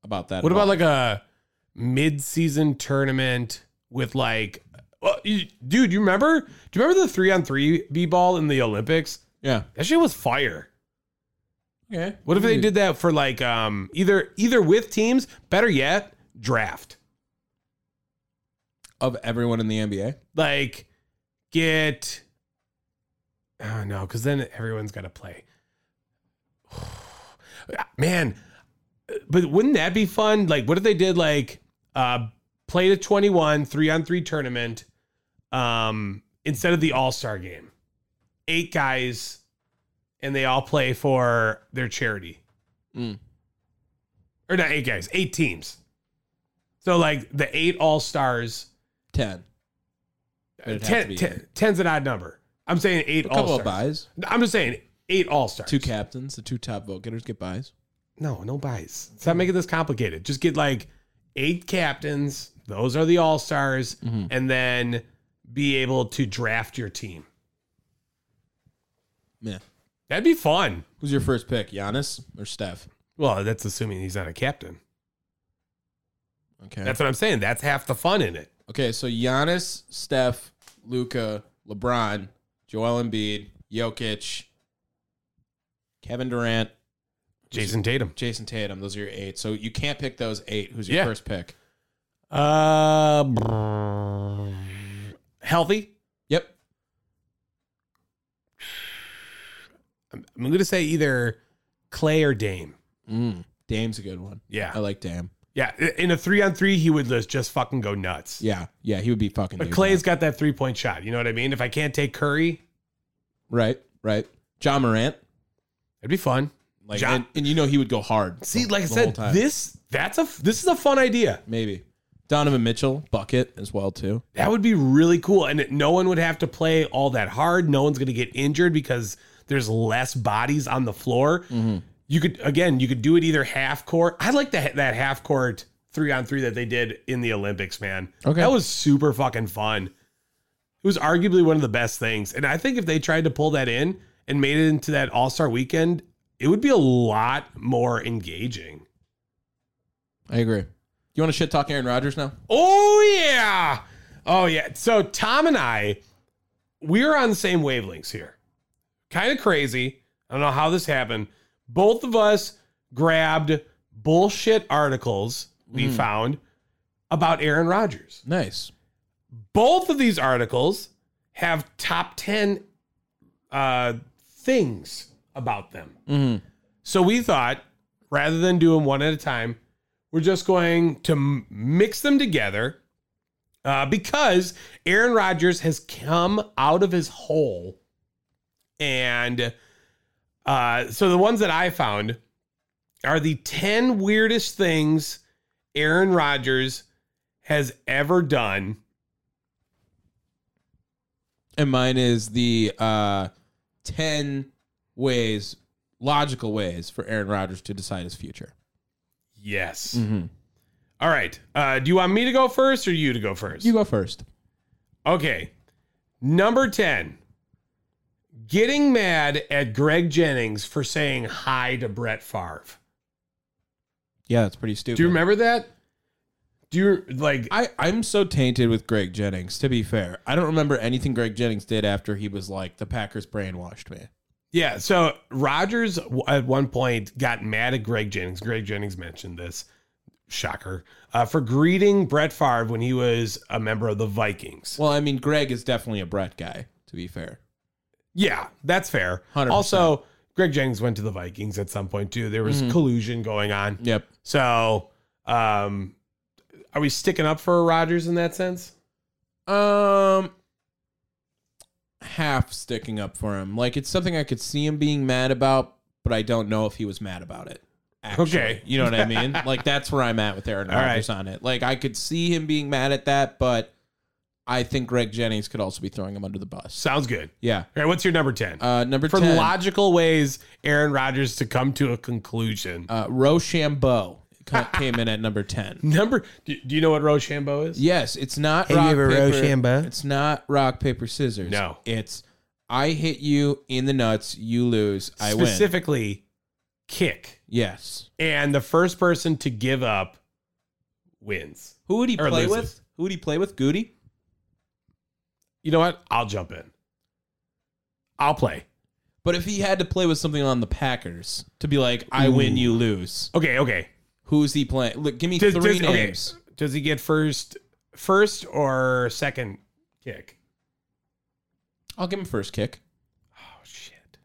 about that. What at about all. like a mid-season tournament with like, well, you- dude? You remember? Do you remember the three-on-three b-ball in the Olympics? yeah? That shit was fire. Okay. What if they did that for like um either either with teams? Better yet, draft. of everyone in the NBA? Like get. Oh no, because then everyone's got to play. Man, but wouldn't that be fun? Like, what if they did like uh play to 21, three on three tournament, um, instead of the all-star game? Eight guys and they all play for their charity. Mm. Or not eight guys, eight teams. So like the eight all stars, Ten. It'd have to Uh, ten, be ten, ten's an odd number. I'm saying eight a all couple of stars. buys. I'm just saying eight all stars. Two captains. The two top vote getters get buys. No, no buys. Stop making this complicated. Just get like eight captains. Those are the all stars, Mm-hmm. and then be able to draft your team. Yeah. That'd be fun. Who's your first pick, Giannis or Steph? Well, that's assuming he's not a captain. Okay. That's what I'm saying. That's half the fun in it. okay. So Giannis, Steph, Luca, LeBron, Joel Embiid, Jokic, Kevin Durant, Jason Tatum. Jason Tatum. Those are your eight. So you can't pick those eight. Who's your Yeah. first pick? Uh, brr. healthy. Yep. I'm going to say either Clay or Dame. Mm. Dame's a good one. Yeah. I like Dame. Yeah. In a three on three, he would just- just fucking go nuts. Yeah, yeah, he would be fucking. But huge. Clay's got that three point shot. You know what I mean? If I can't take Curry, right, right. John Morant, it'd be fun. like, Ja- and, and you know he would go hard. See, like I the whole said, time. this that's a this is a fun idea. maybe Donovan Mitchell bucket as well too. That would be really cool, and it- no one would have to play all that hard. No one's going to get injured because there's less bodies on the floor. You could again, you could do it either half court. I like that that half court three on three that they did in the Olympics. Man, Okay. that was super fucking fun. It was arguably one of the best things, and I think if they tried to pull that in and made it into that All Star Weekend, it would be a lot more engaging. I agree. You want to shit talk Aaron Rodgers now? Oh yeah. Oh yeah. So Tom and I, we're on the same wavelengths here. Kind of crazy. I don't know how this happened. Both of us grabbed bullshit articles we found about Aaron Rodgers. Nice. Both of these articles have top 10 uh, things about them. Mhm. So we thought rather than doing one at a time, we're just going to m- mix them together uh, because Aaron Rodgers has come out of his hole. And uh, so the ones that I found are the 10 weirdest things Aaron Rodgers has ever done. And mine is the uh, ten ways, logical ways for Aaron Rodgers to decide his future. Yes. Mhm. All right. Uh, do you want me to go first or you to go first? You go first. Okay. Number 10. Getting mad at Greg Jennings for saying hi to Brett Favre. Yeah, that's pretty stupid. Do you remember that? Do you like I, I'm so tainted with Greg Jennings, to be fair. I don't remember anything Greg Jennings did after he was like, the Packers brainwashed me. Yeah, so Rogers at one point got mad at Greg Jennings. Greg Jennings mentioned this, shocker, uh, for greeting Brett Favre when he was a member of the Vikings. Well, I mean, Greg is definitely a Brett guy, to be fair. Yeah, that's fair. 100%. Also, Greg Jennings went to the Vikings at some point too. There Mm-hmm. was collusion going on. Yep. So, um, are we sticking up for Rodgers in that sense? Um, half sticking up for him. Like it's something I could see him being mad about, but I don't know if he was mad about it. Actually. Okay. you know what I mean. like that's where I'm at with Aaron All right. Rodgers on it. Like I could see him being mad at that, but I think Greg Jennings could also be throwing him under the bus. Sounds good. Yeah. All right, what's your number ten? Uh, number for ten, logical ways, Aaron Rodgers to come to a conclusion. uh, Rochambeau ca- came in at number ten. number, do, do you know what Rochambeau is? Yes, it's not Have you rock ever paper. Rochambeau? It's not rock paper scissors. No. it's I hit you in the nuts, you lose, I win. Specifically, kick, Yes. and the first person to give up wins. Who would he Or play loses. with? Who would he play with? Goody. You know what? I'll jump in. I'll play. But if he had to play with something on the Packers to be like, I win, you lose. Okay, okay. Who's he playing? Look, give me Does, three does- okay. names. Does he get first, first or second kick? I'll give him first kick Oh shit!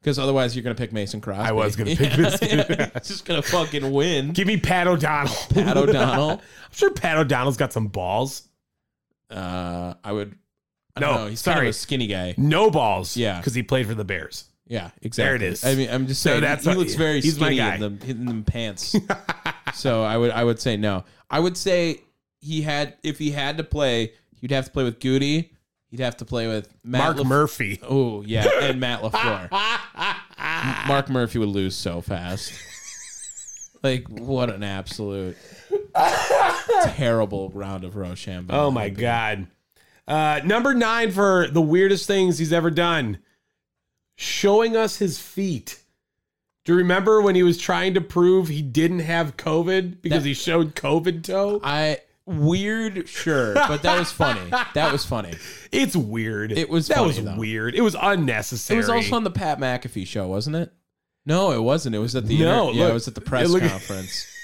because otherwise you're gonna pick Mason Crosby. I was gonna pick this dude. He's just gonna fucking win. Give me Pat O'Donnell. Pat O'Donnell. I'm sure Pat O'Donnell's got some balls. Uh, I would. I No, don't know. He's kind sorry. of a skinny guy. No balls. Yeah. because he played for the Bears. Yeah, exactly. is. I mean, I'm just So saying. that's he what- looks very he's my skinny guy. in them in them pants. so I would I would say no. I would say he had if he had to play, he'd have to play with Goody. He'd have to play with Matt Mark Laf- Murphy. Oh yeah, and Matt Lafleur. M- Mark Murphy would lose so fast. Like what an absolute terrible round of Rochambeau. Oh my god. Uh, number nine for the weirdest things he's ever done, showing us his feet. Do you remember when he was trying to prove he didn't have COVID because That- he showed COVID toe? I weird, sure, but that was funny. That was funny. It's weird. It was that funny, was though. weird. It was unnecessary. It was also on the Pat McAfee show, wasn't it? No, it wasn't. It was at the No, yeah, look. it was at the press Yeah, look at- conference. yeah.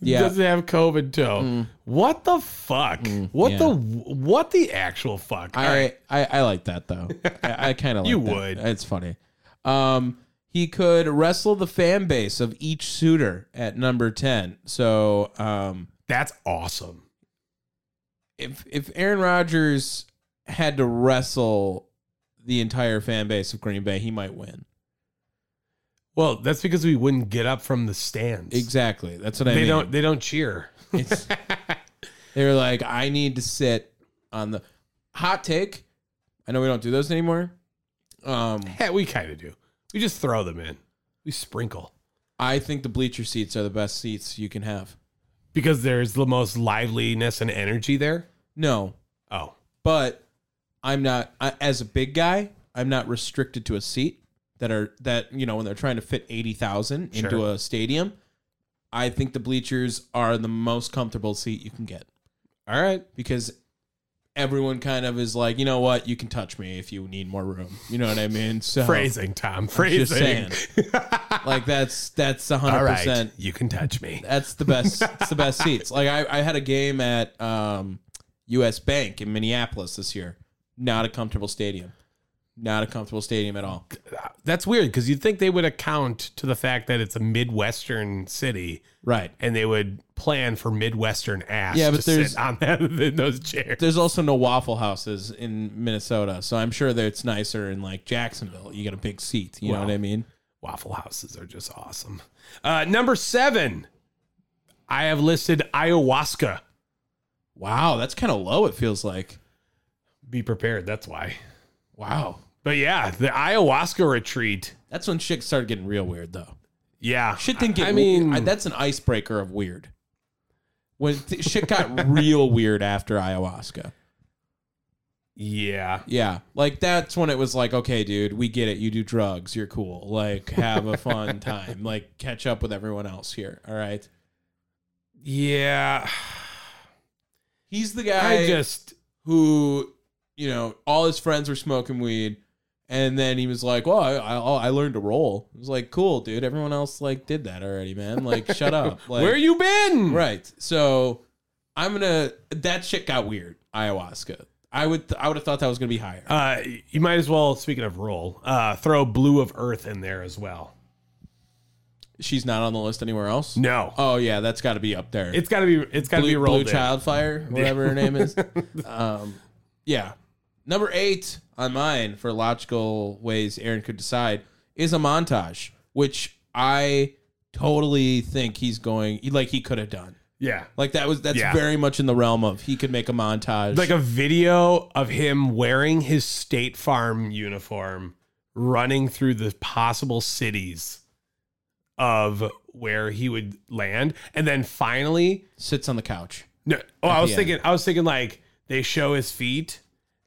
Yeah. Mm. doesn't have COVID toe. What the fuck? what yeah. the what the actual fuck? I, All right. I I like that though. I, I kind of like You that. would. It's funny. Um, he could wrestle the fan base of each suitor at number ten. So um, That's awesome. if if Aaron Rodgers had to wrestle the entire fan base of Green Bay, he might win. Well, that's because we wouldn't get up from the stands. Exactly. That's what I They mean. don't. They don't cheer. It's, they were like, I need to sit on the hot take. I know we don't do those anymore. Um, Yeah, we kind of do. We just throw them in. We sprinkle I think the bleacher seats are the best seats you can have. because there's the most liveliness and energy there. No, Oh, but I'm not I, as a big guy. I'm not restricted to a seat that are that you know when they're trying to fit eighty thousand into Sure. a stadium. I think the bleachers are the most comfortable seat you can get. all right. because everyone kind of is like, you know what, you can touch me if you need more room. You know what I mean? So Phrasing, Tom. just Phrasing. like that's that's a All hundred right, percent. you can touch me. That's the best. It's the best seats. Like I, I had a game at um, U.S. Bank in Minneapolis this year. Not a comfortable stadium. Not a comfortable stadium at all. That's weird because you'd think they would account to the fact that it's a midwestern city Right. and they would plan for midwestern ass. Yeah, to but there's- sit on that in those chairs. There's also no waffle houses in Minnesota, so I'm sure that it's nicer in like Jacksonville. You get a big seat. You know Wow. what I mean? Waffle houses are just awesome. Uh, number seven, I have listed ayahuasca. Wow, that's kind of low. It feels like. Be prepared. That's why. Wow. But yeah, the ayahuasca retreat. That's when shit started getting real weird, though. Yeah, Shit didn't get. I mean, I- that's an icebreaker of weird. When th- shit got real weird after ayahuasca. yeah, Yeah, like that's when it was like, okay, dude, we get it. You do drugs, you're cool. Like, have a fun time. Like, catch up with everyone else here. All right. yeah. He's the I, guy just who, you know, all his friends were smoking weed, and then he was like, "Well, I, I, I learned to roll." It was like, "Cool, dude. Everyone else like did that already, man. Like, shut up. Like, where you been? Right. So I'm gonna that shit got weird. Ayahuasca. I would I would have thought that was going to be higher. Uh, you might as well, speaking of roll, uh, throw Blue of Earth in there as well. She's not on the list anywhere else. No. Oh yeah, that's got to be up there. Uh, It's got to be. It's got to Blue, be rolled. Blue in. Childfire, whatever her name is. Um, yeah. Number eight on mine for logical ways Aaron could decide is a montage, which I totally think he's going like he could have done. Yeah, Like that was that's Yeah. very much in the realm of he could make a montage. like a video of him wearing his State Farm uniform, running through the possible cities of where he would land, and then finally, sits on the couch. no. Oh, I was the end. thinking. I was thinking like they show his feet,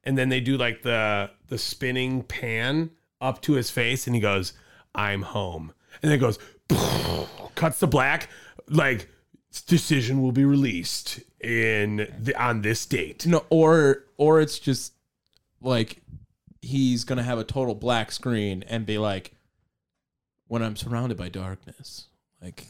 and then they do like the the spinning pan up to his face, and he goes, "I'm home," and then it goes, cuts to black, like. Decision will be released in the on this date. No, or or it's just like he's gonna have a total black screen and be like, when I'm surrounded by darkness, like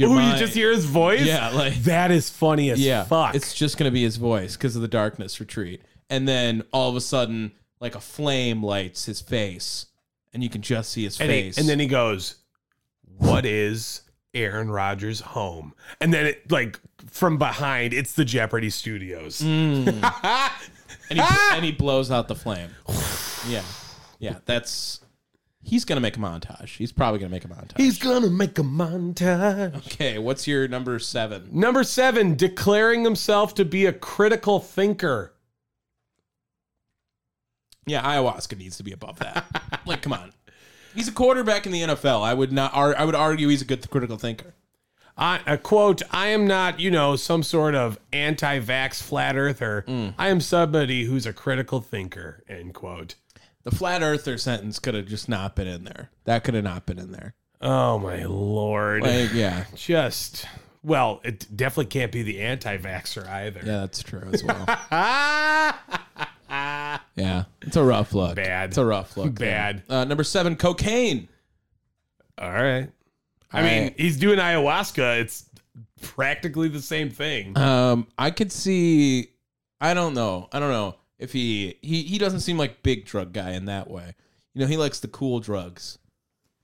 Ooh, mind- you just hear his voice? yeah, like That is funny as yeah, fuck. it's just gonna be his voice because of the darkness retreat, and then all of a sudden, like a flame lights his face, and you can just see his and, he- face, and then he goes, What is Aaron Rodgers' home? And then it like from behind, it's the Jeopardy Studios. and he, Ah! and he blows out the flame. yeah, yeah, that's he's gonna make a montage. He's probably gonna make a montage. He's gonna make a montage. okay, what's your number seven? Number seven, declaring himself to be a critical thinker. Yeah, ayahuasca needs to be above that. like, come on. He's a quarterback in the NFL. I would not. Ar- I would argue he's a good critical thinker. I a quote, I am not, you know, some sort of anti-vax flat earther. I am somebody who's a critical thinker, end quote. The flat earther sentence could have just not been in there. That could have not been in there. Oh my lord. Like, yeah, just well, it definitely can't be the anti-vaxxer either. yeah, that's true as well. yeah, it's a rough look. Bad. It's a rough look. Bad. Uh, number seven, cocaine. All right. I mean, Alright. he's doing ayahuasca. It's practically the same thing. Um, I could see. I don't know. I don't know if he he he doesn't seem like big drug guy in that way. You know, he likes the cool drugs.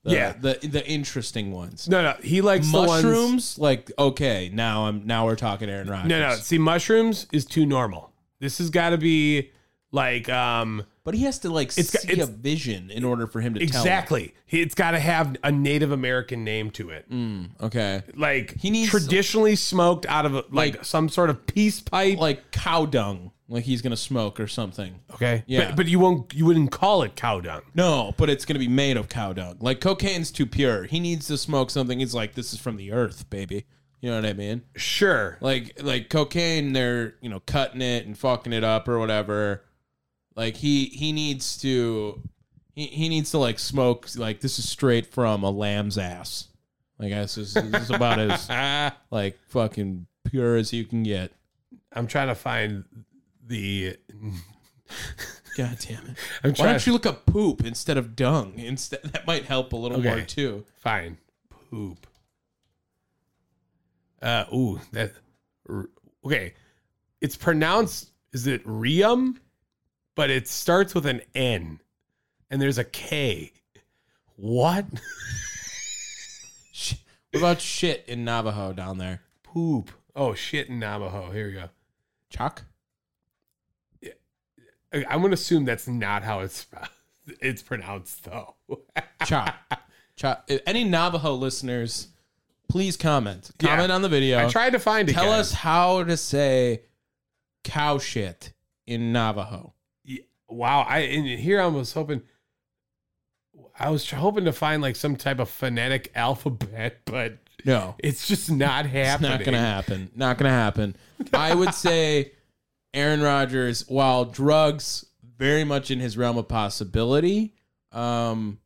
The, Yeah. the the interesting ones. no, no, he likes the ones- Mushrooms, like okay, now I'm now we're talking Aaron Rodgers. No, no. See, mushrooms is too normal. This has got to be like um but he has to like It's got- see a it's- vision in order for him to exactly. He- It's got to have a Native American name to it. tell. Exactly. Okay, Like Mm. He needs- traditionally smoked out of a, like, Like- some sort of peace pipe. like cow dung, like he's gonna smoke or something. okay, yeah. but, but you won't. You wouldn't call it cow dung. No, but it's gonna be made of cow dung. Like cocaine's too pure. He needs to smoke something. He's like, this is from the earth, baby. You know what I mean? Sure, like like cocaine they're you know cutting it and fucking it up or whatever like he he needs to he, he needs to like smoke like this is straight from a lamb's ass like this is, this is about as like fucking pure as you can get I'm trying to find the. god damn it I'm why trying. don't you look up poop instead of dung instead that might help a little Okay. more too Fine. Poop. Uh. Ooh. That. r- Okay. It's pronounced. Is it Rium? But it starts with an N, and there's a K. What? Sh- what about shit in navajo down there Poop. Oh shit! In Navajo. Here we go. chuck I- I'm gonna assume that's not how it's it's pronounced though. Chop. Chop. If Any Navajo listeners, please comment. Comment on the video. I tried to find it. Tell guys. us how to say cow shit in Navajo. Yeah, wow i in here i was hoping i was tr- hoping to find like some type of phonetic alphabet but No. it's just not It's happening not going to happen. Not going to happen. I would say Aaron Rodgers, while drugs very much in his realm of possibility, um,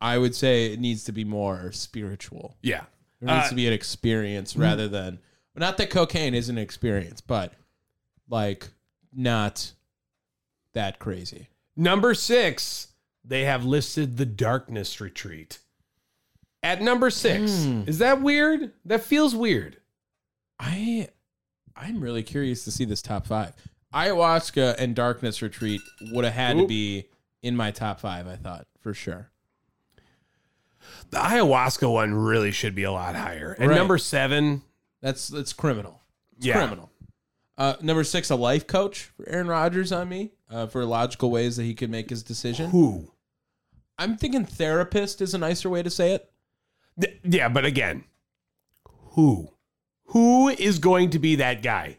I would say it needs to be more spiritual. yeah There needs Uh, to be an experience rather than not that cocaine is an experience, but like not that crazy. number six they have listed the darkness retreat at number six Hmm. is that weird that feels weird I I'm really curious to see this top five. ayahuasca and darkness retreat would have had to Oop. be in my top five. I thought for sure. The ayahuasca one really should be a lot higher. And Right. number seven, That's that's criminal. It's Yeah. criminal. Uh, number six, a life coach for Aaron Rodgers on me uh, for logical ways that he could make his decision. who? I'm thinking therapist is a nicer way to say it. Th- yeah, but again, who? Who is going to be that guy?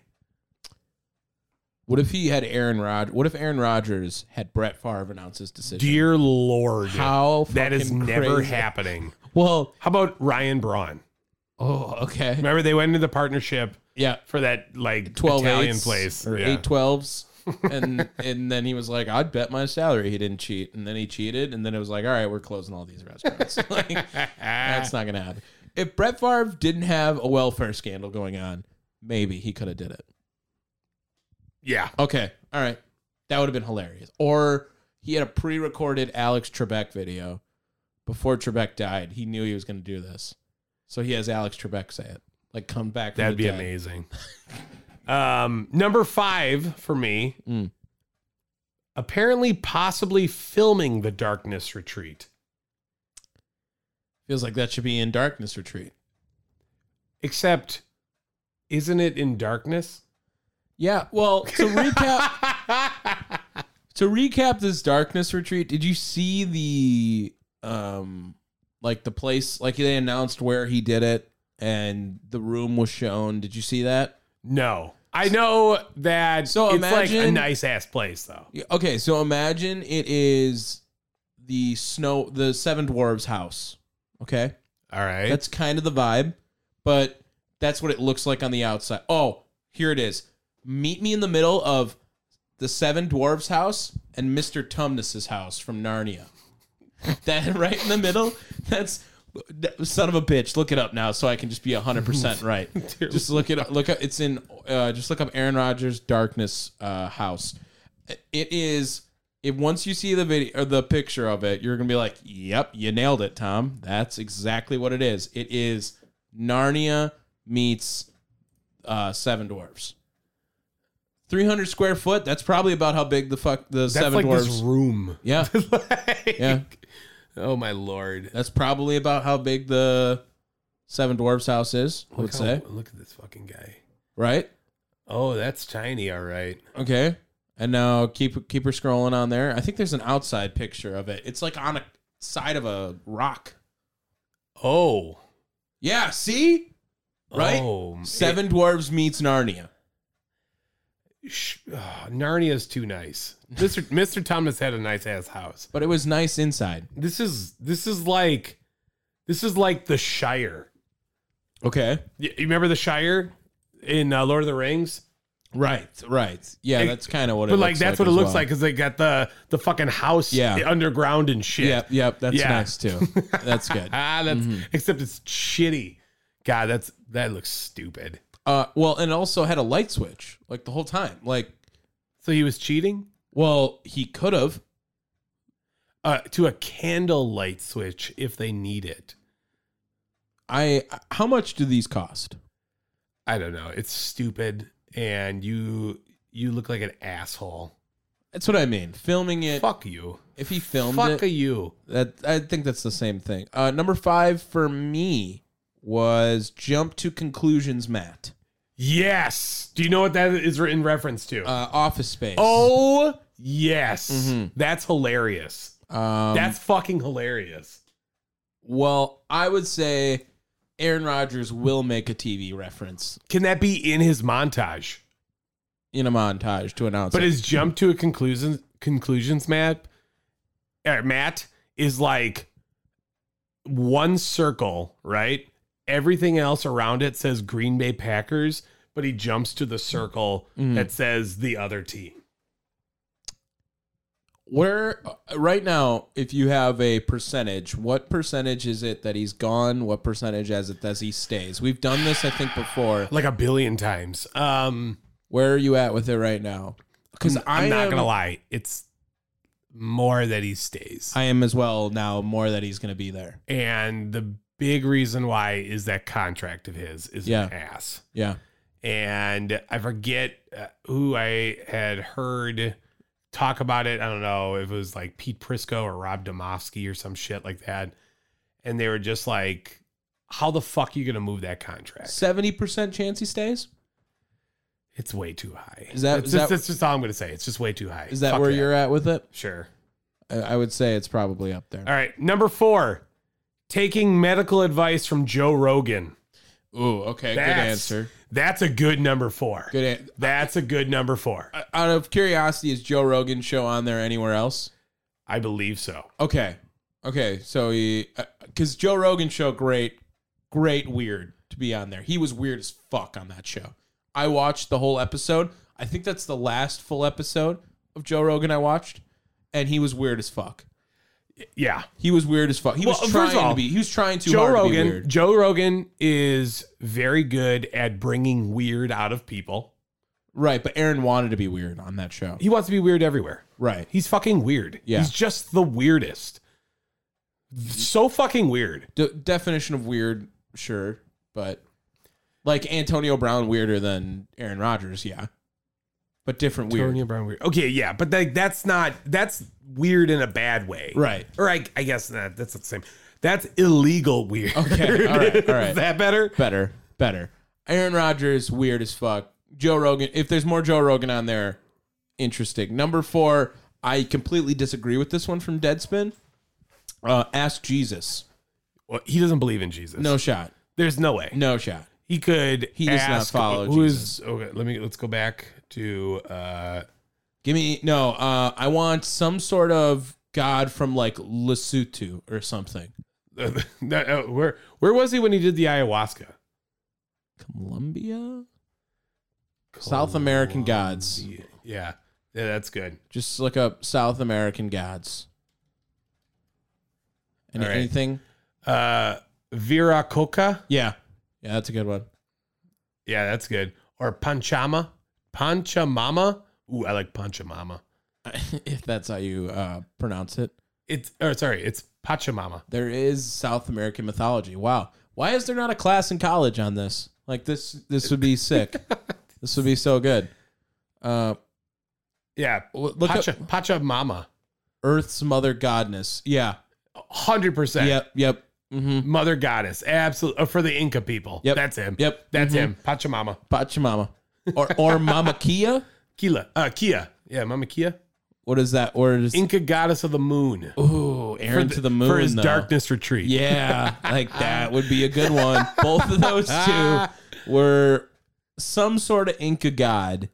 What if he had Aaron Rod? What if Aaron Rodgers had Brett Favre announce his decision? Dear Lord. How that is fucking never crazy. happening. well, How about Ryan Braun? oh, okay, Remember they went into the partnership yeah, for that like 12 twelve Italian eights place. or Yeah. eight twelves, and and then he was like, I'd bet my salary he didn't cheat, and then he cheated, and then it was like, all right, we're closing all these restaurants. like, that's not gonna happen. If Brett Favre didn't have a welfare scandal going on, maybe he could have did it. yeah. Okay. All right. That would have been hilarious. Or he had a pre recorded Alex Trebek video before Trebek died. He knew he was going to do this. So he has Alex Trebek say it. Like, come back. From That'd the be dead. amazing. um, number five for me. Mm. Apparently, possibly filming the darkness retreat. Feels like that should be in Darkness Retreat. Except, isn't it in darkness? Yeah. Well, to recap, to recap this Darkness Retreat, did you see the, um, like the place, like they announced where he did it and the room was shown? Did you see that? No. I know that So it's like a imagine- nice ass place, though. Yeah, Okay, so imagine it is the snow, the Seven Dwarves house. Okay, All right. that's kind of the vibe, but that's what it looks like on the outside. Oh, here it is. Meet me in the middle of the Seven Dwarves house and Mister Tumnus's house from Narnia. that right in the middle. That's that- son of a bitch. Look it up now, so I can just be hundred percent right. just look it up. Look up. It's in. Uh, just look up Aaron Rodgers' Darkness uh, house. It is. If once you see the video or the picture of it, you're gonna be like, "Yep, you nailed it, Tom. That's exactly what it is. It is Narnia meets uh, Seven Dwarfs. 300 square foot. That's probably about how big the fuck the That's Seven like Dwarfs. this room. yeah, Like- yeah. Oh my lord. That's probably about how big the Seven Dwarfs house is, I would Look, how- say. look at this fucking guy. Right? Oh, that's tiny. All right. Okay. And now keep keep her scrolling on there. I think there's an outside picture of it. It's like on a side of a rock. Oh. Yeah, see? Right? Oh, Seven Dwarves meets Narnia. Sh- oh, Narnia's too nice. Mr. Mr. Thomas had a nice ass house. But it was nice inside. This is this is like this is like the Shire. Okay. Y- You remember the Shire in uh, Lord of the Rings? Right, right. Yeah, It- that's kind of what it But looks like that's what it as looks well. like because they got the the fucking house Yeah. underground and shit. Yep, yep. That's Yeah. nice too. That's good. Ah, that's Mm-hmm. except it's shitty. God, that's that looks stupid. Uh, well, and it also had a light switch like the whole time. Like, So he was cheating well, he could have. uh, to a candle light switch if they need it. I. How much do these cost? I don't know. It's stupid, and you you look like an asshole. That's what I mean. Filming it. Fuck you. If he filmed Fuck it, you. that I think that's the same thing. Uh, number five for me was jump to conclusions, Matt. Yes. Do you know what that is in reference to? Uh, office space. oh yes, Mhm. that's hilarious. um, that's fucking hilarious. well, I would say Aaron Rodgers will make a TV reference Can that be in his montage? in a montage to announce. But it. his jump to a conclusion conclusions map, er, Matt is like one circle, right? Everything else around it says Green Bay Packers, but he jumps to the circle Mm. that says the other team. Where uh, right now, if you have a percentage, what percentage is it that he's gone? What percentage as it as he stays? We've done this, I think, before. Like a billion times. Um Where are you at with it right now? Because I'm, I'm not gonna lie, it's more that he stays. I am as well now. More that he's gonna be there. and the big reason why is that contract of his is Yeah. an ass. Yeah, and I forget uh, who I had heard talk about it. I don't know if it was like Pete Prisco or Rob Domofsky or some shit like that. And they were just like, "How the fuck you gonna move that contract? Seventy percent chance he stays. It's way too high." Is that- that's, is just, that- that's just all I'm gonna say? It's just way too high. Is that Fuck where you're at with it? Sure. I I would say it's probably up there. All right, number four, taking medical advice from Joe Rogan. Ooh, okay, good answer. That's a good number four. Good. An- That's a good number four. Out of curiosity, is Joe Rogan show on there anywhere else? I believe so. Okay, okay. So he, because Joe Rogan show, great, great, weird to be on there. He was weird as fuck on that show. I watched the whole episode. I think that's the last full episode of Joe Rogan I watched, and he was weird as fuck. Yeah. He was weird as fuck. He Well, first was trying of all, to be. He was trying too Joe hard to be Rogan. weird. Joe Rogan is very good at bringing weird out of people. Right, but Aaron wanted to be weird on that show. He wants to be weird everywhere. Right. He's fucking weird. Yeah. He's just the weirdest. So fucking weird. De- definition of weird, sure, but like Antonio Brown weirder than Aaron Rodgers, yeah, but different weird. Antonio Brown weird. Okay, yeah, but like that's not that's weird in a bad way. Right. Or I, I guess not, that's not the same. That's illegal weird. Okay, all right, all right. Is that better? Better, better. Aaron Rodgers weird as fuck. Joe Rogan. If there's more Joe Rogan on there, interesting. Number four, I completely disagree with this one from Deadspin. Uh, ask Jesus. Well, he doesn't believe in Jesus. No shot. There's no way. No shot. He could He does not ask, follow who is- Jesus. okay, let me let's go back to uh Give me no. Uh, I want some sort of god from like Lesotho or something. that- uh, where where was he when he did the ayahuasca? Colombia. South American gods. Yeah. Yeah, that's good. Just look up South American gods. Any, All right. Anything? Uh Vera Coca? Yeah. Yeah, that's a good one. Yeah, that's good. Or Panchama? Panchamama? Ooh, I like Panchamama. if that's how you uh, pronounce it. It's or sorry, it's Pachamama. There is South American mythology. Wow. Why is there not a class in college on this? Like this this would be sick. this would be so good. Uh Yeah. Well, look Look up- Pacha, Pachamama. Earth's mother godness. Yeah. 100%. Yep, yep. Mhm. Mother goddess. Absolutely. For the Inca people. Yep. That's him. Yep. That's Mhm. him. Pachamama. Pachamama. Or or Mama Kia? Kila. Uh, Kia. Yeah, Mama Kia. What is that? Or is Inca goddess of the moon. Ooh, For Aaron the- to the moon For his though. darkness retreat. Yeah, like that would be a good one. Both of those two were some sort of Inca god.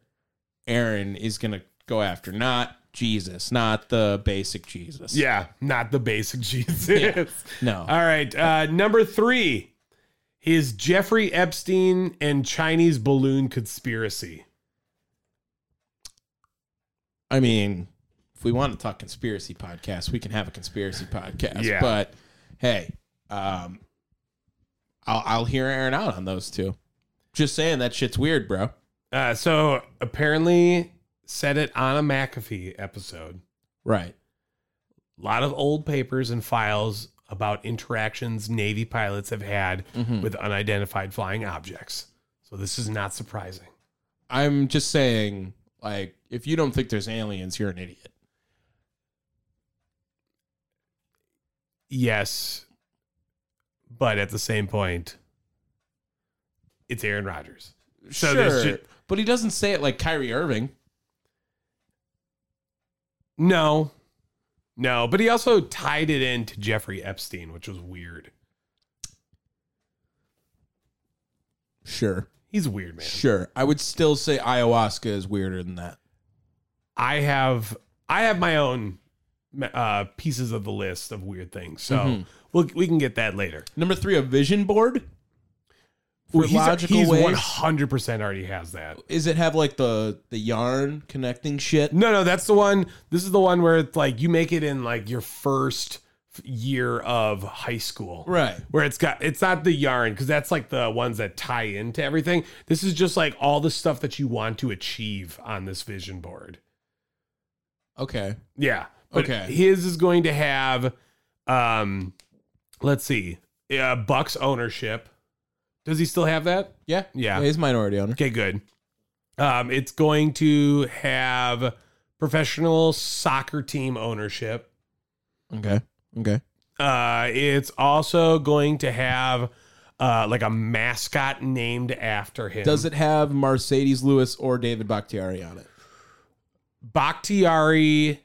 Aaron is gonna go after, not Jesus, not the basic Jesus. Yeah, not the basic Jesus. no. All right. Uh, number three is Jeffrey Epstein and Chinese balloon conspiracy. I mean, if we want to talk conspiracy podcasts, we can have a conspiracy podcast. Yeah. But hey, um, I'll I'll hear Aaron out on those two. Just saying that shit's weird, bro. Uh, so apparently, said it on a McAfee episode. Right. A lot of old papers and files about interactions Navy pilots have had with unidentified flying objects. So this is not surprising. I'm just saying, like, if you don't think there's aliens, you're an idiot. Yes, but at the same point, it's Aaron Rodgers. So sure, there's ju- but he doesn't say it like Kyrie Irving. No. No, but he also tied it into Jeffrey Epstein, which was weird. Sure, He's a weird, man. sure. I would still say ayahuasca is weirder than that. I have I have my own uh pieces of the list of weird things. So Mm-hmm. we'll, we can get that later. Number three, a vision board. For Well, logical he's, he's ways, 100% already has that. is it have like the the yarn connecting shit? No, no, that's the one. This is the one where it's like you make it in like your first year of high school. Right. Where it's got it's not the yarn cuz that's like the ones that tie into everything. This is just like all the stuff that you want to achieve on this vision board. Okay, Yeah. But Okay. His is going to have um let's see. Uh Bucks ownership. Does he still have that? Yeah. Yeah. He's minority owner. Okay, good. Um, it's going to have professional soccer team ownership. Okay. Okay. Uh, it's also going to have uh, like a mascot named after him. Does it have Mercedes Lewis or David Bakhtiari on it? Bakhtiari?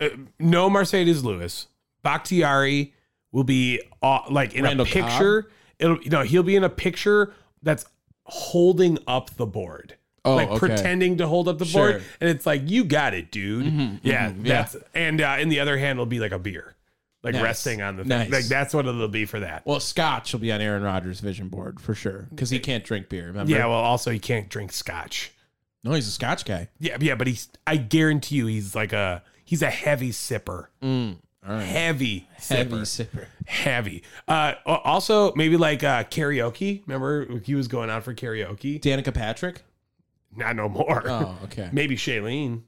Uh, no, Mercedes Lewis. Bakhtiari will be uh, like in Randall a picture. It'll no, he'll be in a picture that's holding up the board. Oh, like okay. pretending to hold up the Sure. board, and it's like you got it, dude. yeah, mhm, yeah. that's and uh, in the other hand will be like a beer, like Nice. resting on the thing. Nice. Like that's what it'll be for that. Well, Scotch will be on Aaron Rodgers' vision board for sure because he can't drink beer. Remember? Yeah, well, also he can't drink scotch. no, he's a Scotch guy. Yeah, yeah, but he's I guarantee you he's like a he's a heavy sipper. all right. Heavy Mm. Heavy sipper. sipper. Heavy. Uh al- also maybe like uh karaoke. Remember he was going out for karaoke? Danica Patrick. Not no more. Oh, okay. Maybe Shailene.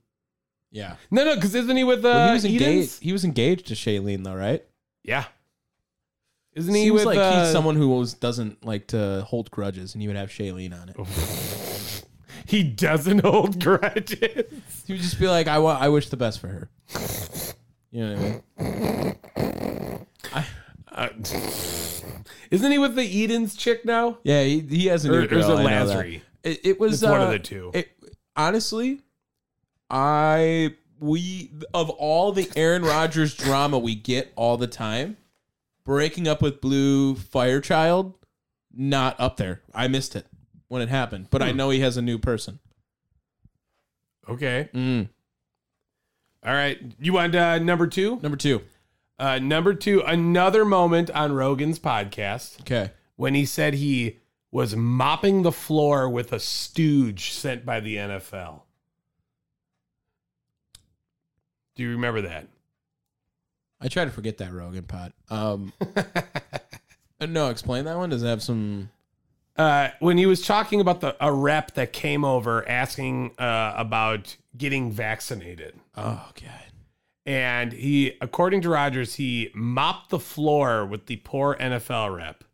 Yeah. No, no, because isn't he with uh Well, he was Edens? engaged. He was engaged to Shailene though, right? Yeah. Isn't he Seems with like uh, he's someone who was, doesn't like to hold grudges, and he would have Shailene on it. he doesn't hold grudges. He would just be like, "I want, I wish the best for her." You know what I mean? Uh, isn't he with the Edens chick now? Yeah, he, he has a Or- new or is girl. it I know that. Er, Lazary? It, it was It's one of uh, the two. It, honestly, I we of all the Aaron Rodgers drama we get all the time, breaking up with Blue Firechild, not up there. I missed it when it happened, but I know he has a new person. Okay. Hmm. All right. You want uh, number two? Number two. Uh, number two, another moment on Rogan's podcast Okay. when he said he was mopping the floor with a stooge sent by the NFL. Do you remember that? I try to forget that Rogan pot. Um, uh, no, explain that one. Does it have some? Uh, when he was talking about the a rep that came over asking uh, about getting vaccinated, Oh god. and he, according to Rogers, he mopped the floor with the poor NFL rep.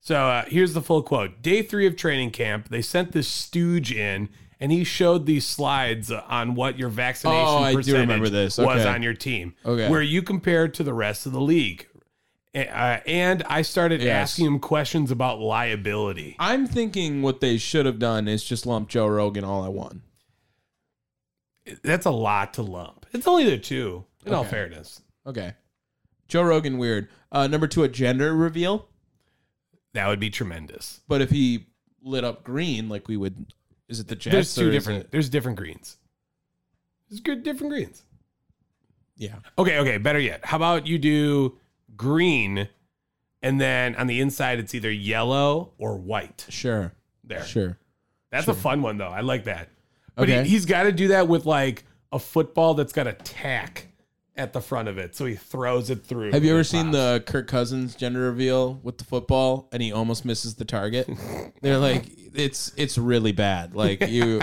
So uh, here's the full quote: Day three of training camp, they sent this stooge in, and he showed these slides on what your vaccination Oh, I do percentage remember this. was Okay. on your team, Okay. where you compare to the rest of the league. A- Uh, and I started Yes. asking him questions about liability. I'm thinking what they should have done is just lump Joe Rogan all at one. That's a lot to lump. It's only the two, in all Okay. fairness. Okay. Joe Rogan, weird. Uh, number two, a gender reveal. That would be tremendous. But if he lit up green, like we would, is it the Jets? there's or two is different. it- There's different greens. There's good different greens. yeah. Okay, okay. Better yet, how about you do green, and then on the inside it's either yellow or white. Sure. There, Sure. that's a fun one though. I like that. But Okay. he, he's got to do that with like a football that's got a tack at the front of it, so he throws it through. Have you and ever it seen pops. the Kirk Cousins gender reveal with the football and he almost misses the target? They're like, it's it's really bad. Like you,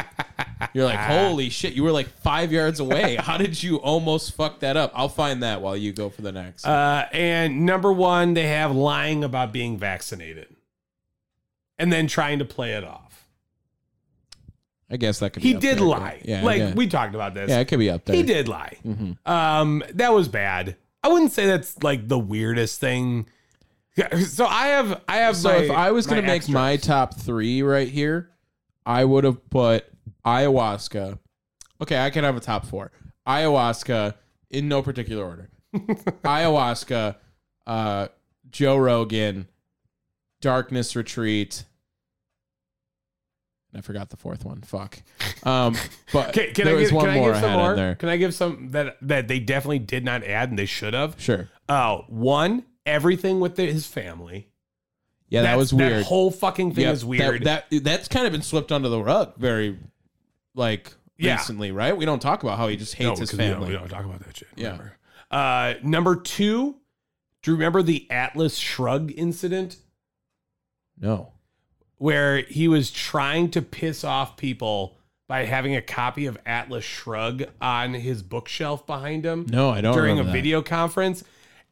you're like, holy shit! You were like five yards away. How did you almost fuck that up? I'll find that while you go for the next. Uh, and number one, they have lying about being vaccinated, and then trying to play it off. I guess that could. be He up did there, lie. Yeah, like yeah. we talked about this. Yeah, it could be up there. He did lie. Um, that was bad. I wouldn't say that's like the weirdest thing. Yeah, So I have, I have. So my- if I was going to make extras. my top three right here, I would have put ayahuasca. Okay, I can have a top four. Ayahuasca in no particular order. ayahuasca, uh, Joe Rogan, Darkness Retreat. And I forgot the fourth one. Fuck. Um, but Okay, can there I was give, one can I more give some had in more? there. Can I give some that that they definitely did not add and they should have? Sure. Oh, one, everything with the, his family. Yeah, that That's- was weird. That whole fucking thing Yep, is weird. That, that that's kind of been swept under the rug very like Yeah. recently, right? We don't talk about how he just hates his 'cause we don't- family. We don't, talk about that shit. Yeah. Remember. Uh, number two, do you remember the Atlas Shrug incident No. where he was trying to piss off people by having a copy of Atlas Shrug on his bookshelf behind him? No, I don't during a remember that. video conference,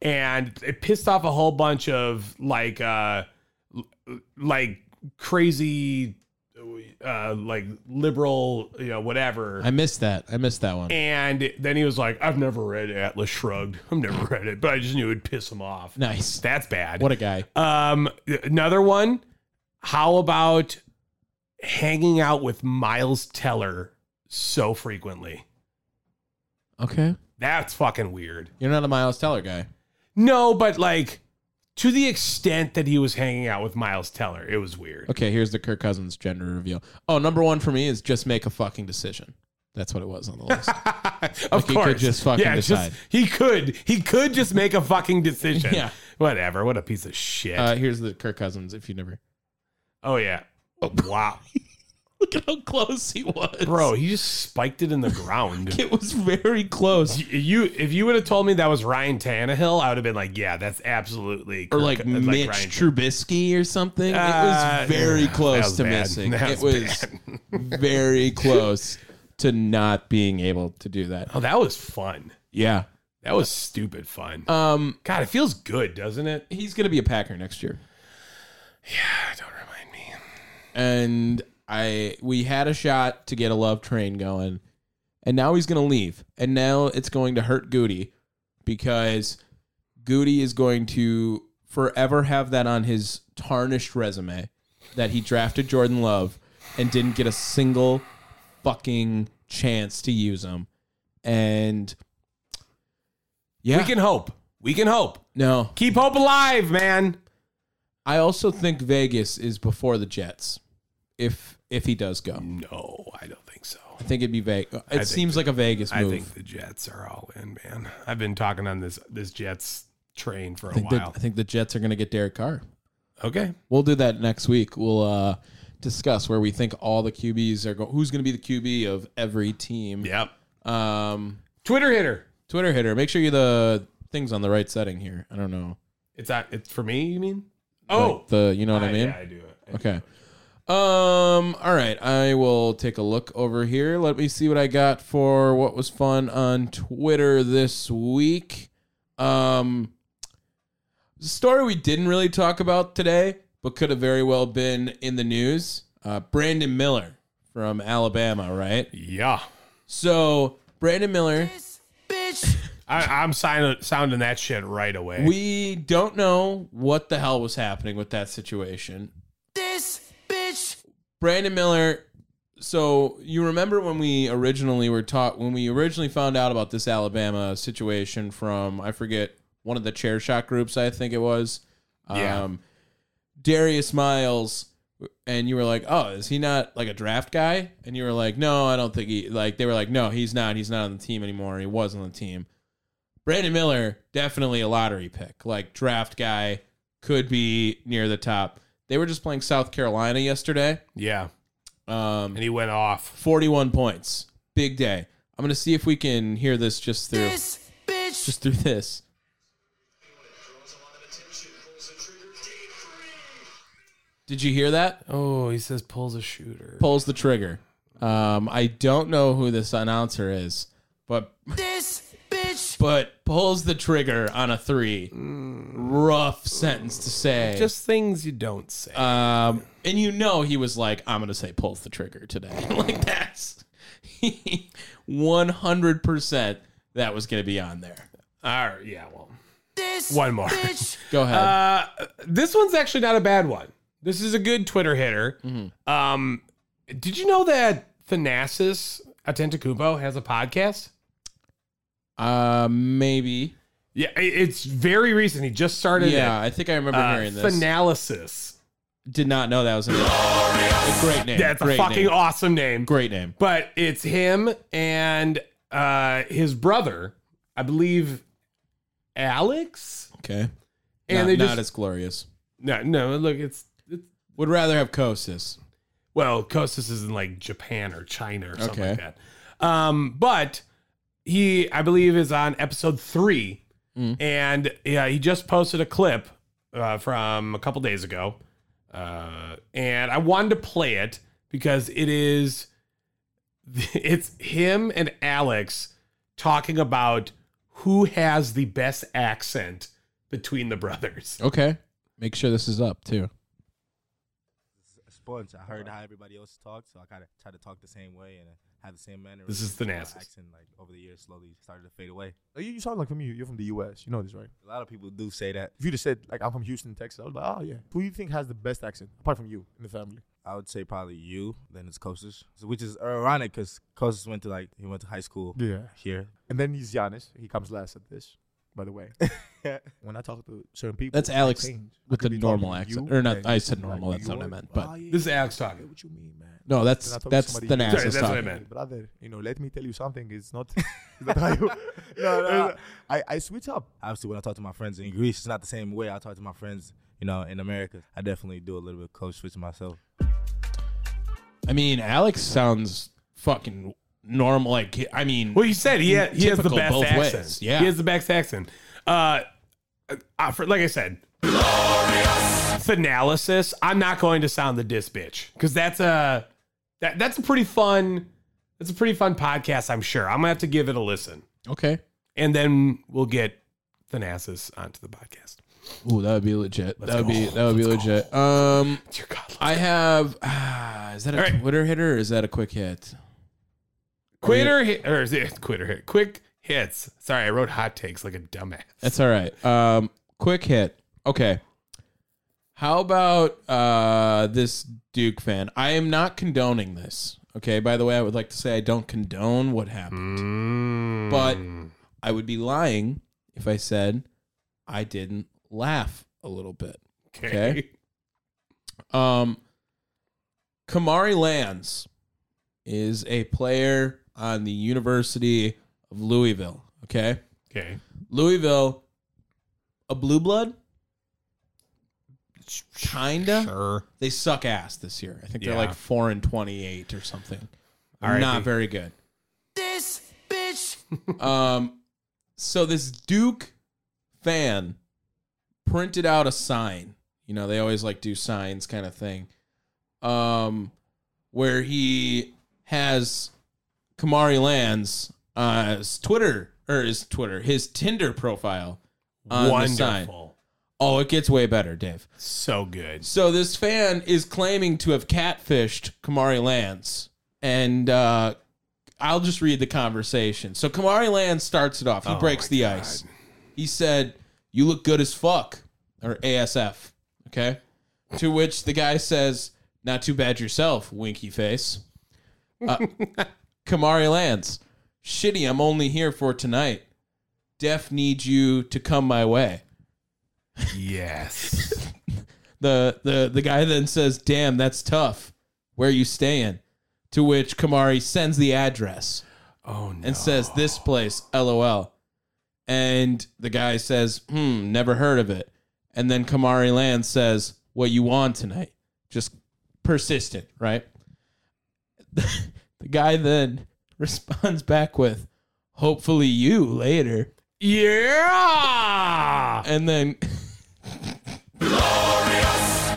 and it pissed off a whole bunch of like uh, l- like crazy, uh, like liberal, you know, whatever. I missed that. I missed that one. and then he was like, "I've never read Atlas Shrugged. I've never read it, but I just knew it'd piss him off." Nice. That's bad. What a guy. Um, another one. How about hanging out with Miles Teller so frequently? Okay. That's fucking weird. You're not a Miles Teller guy. No, but like to the extent that he was hanging out with Miles Teller, it was weird. Okay, here's the Kirk Cousins gender reveal. Oh, number one for me is just make a fucking decision. That's what it was on the list. of Like, he could course, just fucking yeah, decide. Just, he could, he could just make a fucking decision. Yeah. whatever. What a piece of shit. uh, here's the Kirk Cousins. If you never oh yeah. wow, look at how close he was, bro, he just spiked it in the ground. It was very close. Y- You, if you would have told me that was Ryan Tannehill, I would have been like, "Yeah, that's absolutely." Or Kirk- like that's Mitch Ryan- Trubisky or something. Uh, it was very yeah, close that was to bad. missing. That It was was very close to not being able to do that. Oh, that was fun. Yeah. That was stupid fun. Um, God, it feels good, doesn't it? he's gonna be a Packer next year. Yeah, don't remind me. and I we had a shot to get a love train going, and now he's gonna leave, and now it's going to hurt Goody because Goody is going to forever have that on his tarnished resume that he drafted Jordan Love and didn't get a single fucking chance to use him, and yeah, We can hope. We can hope. no, Keep hope alive, man. I also think Vegas is before the Jets if if he does go. No, I don't think so. I think it'd be Vegas. It seems like a Vegas I move. think the Jets are all in, man. I've been talking on this this Jets train for a I think, while. the, I think the Jets are going to get Derek Carr. okay. We'll do that next week. We'll uh, discuss where we think all the QBs are going. Who's going to be the QB of every team? Yep. Um, Twitter hitter. Twitter hitter, make sure you the things on the right setting here. I don't know. It's not, it's for me. You mean? Oh, Like the you know what I, mean. Yeah, I do it. I do Okay. Um. All right. I will take a look over here. Let me see what I got for what was fun on Twitter this week. Um, story we didn't really talk about today, but could have very well been in the news. Uh, Brandon Miller from Alabama, right? it. Yeah. So Brandon Miller, I, I'm sound, sounding that shit right away. we don't know what the hell was happening with that situation. Brandon Miller. So you remember when we originally were taught when we originally found out about this Alabama situation from I forget one of the chair shot groups I think it was. Yeah. Um, Darius Miles, and you were like, "Oh, is he not like a draft guy?" And you were like, "No, I don't think he like." They were like, "No, he's not. He's not on the team anymore. He was on the team." Brandon Miller definitely a lottery pick, like draft guy, could be near the top. They were just playing South Carolina yesterday. yeah. Um, And he went off. 41 points. Big day. I'm going to see if we can hear this just through just through this. Did you hear that? Oh, he says pulls a shooter. Pulls the trigger. Um, I don't know who this announcer is, but but pulls the trigger on a 3. Rough sentence to say. Just things you don't say. Um, and you know he was like, I'm gonna say pulls the trigger today. like that's 100 percent that was gonna be on there. All right. Yeah. Well, one more. Go ahead. Uh, this one's actually not a bad one. This is a good Twitter hitter. Mm-hmm. Um, did you know that Thanasis Atentacupo has a podcast? Uh, maybe. Yeah, i- it's very recent. He just started. Yeah, it. I think I remember Uh, hearing this. Finalysis. Did not know that was a name. A great name. That's a Great fucking name. awesome name. great name. but it's him and uh his brother i believe alex Okay. and not, they not just as glorious. no no look it's, it's Would rather have Kosis. well kostas is in like japan or china or something Okay. like that um but he i believe is on episode three and yeah he just posted a clip uh, from a couple days ago uh and i wanted to play it because it is it's him and Alex talking about who has the Oh. best accent between the brothers. Okay. Make sure this is up too. bunch. I Uh-huh. heard how everybody else talked, so I kind of tried to talk the same way and uh, have the same manner. This is the Nassus. Accent, like over the years, slowly started to fade away. Like, Oh, you, you sound like from you. You're from the U.S. You know this, right? A lot of people do say that. If you just said like I'm from Houston, Texas, I was like, oh yeah. Who do you think has the best accent apart from you in the family? I would say probably you, then it's Kostas, So- which is ironic because Kostas went to like he went to high school Yeah. here. And then he's Giannis. He comes last at this. By the way, when I talk to certain people, That's I Alex change. I with could the be talking normal to accent. you, Or not- and I said you're normal, that's not what I York. meant, but- Oh, yeah, This is Alex yeah, talking. What you mean, man? No, that's Then I talk to that's somebody the who- Sorry, NASA that's what I stuff. meant. brother. You know, let me tell you something. It's not. it's not how you, no, no, I, I switch up. Obviously, when I talk to my friends in Greece, it's not the same way I talk to my friends, you know, in America. I definitely do a little bit of code switch myself. I mean, Alex sounds fucking normal. Like he- I mean, Well, you said he, ha- he has the Typical best both accent. ways, yeah. he has the best accent. Uh, uh, for, like I said, analysis. I'm not going to sound the diss bitch because that's a that, that's a pretty fun that's a pretty fun podcast. I'm sure I'm gonna have to give it a listen, okay. and then we'll get Thanasis onto the podcast. Ooh, that would be legit. that would be go. that would be Let's go. legit. Um, Dear God, I have. ah, is that a All right. Twitter hitter or is that a quick hit? quitter hit or is it quitter hit? Quick hits. Sorry, I wrote hot takes like a dumbass. That's all right. Um, quick hit. Okay. How about uh, this Duke fan? I am not condoning this. Okay. By the way, I would like to say I don't condone what happened, but I would be lying if I said I didn't laugh a little bit. okay. Um, Kamari Lands is a player on the University of Louisville. Okay. okay. Louisville, a blue blood? Kinda. Sure. They suck ass this year. I think they're Yeah. like four and twenty-eight or something. R.I.P. Not very good. This bitch. um, so this Duke fan printed out a sign. You know, they always like do signs kind of thing. Um, where he has Kamari Lands uh, his Twitter or his Twitter, his Tinder profile on the sign. Wonderful. Oh, it gets way better, Dave. So good. So this fan is claiming to have catfished Kamari Lance, and uh, I'll just read the conversation. So Kamari Lance starts it off. He breaks the ice. He said, "You look good as fuck," or ASF. Okay. To which the guy says, "Not too bad yourself, winky face." Uh, Kamari Lance, shitty. I'm only here for tonight. Def needs you to come my way Yes. the the the guy then says, "Damn, that's tough. Where you staying?" To which Kamari sends the address Oh no. and says, "This place, LOL." And the guy says, "Hmm, never heard of it." And then Kamari Land says, "What you want tonight?" Just persistent, right? the guy then responds back with, "Hopefully you later." Yeah. And then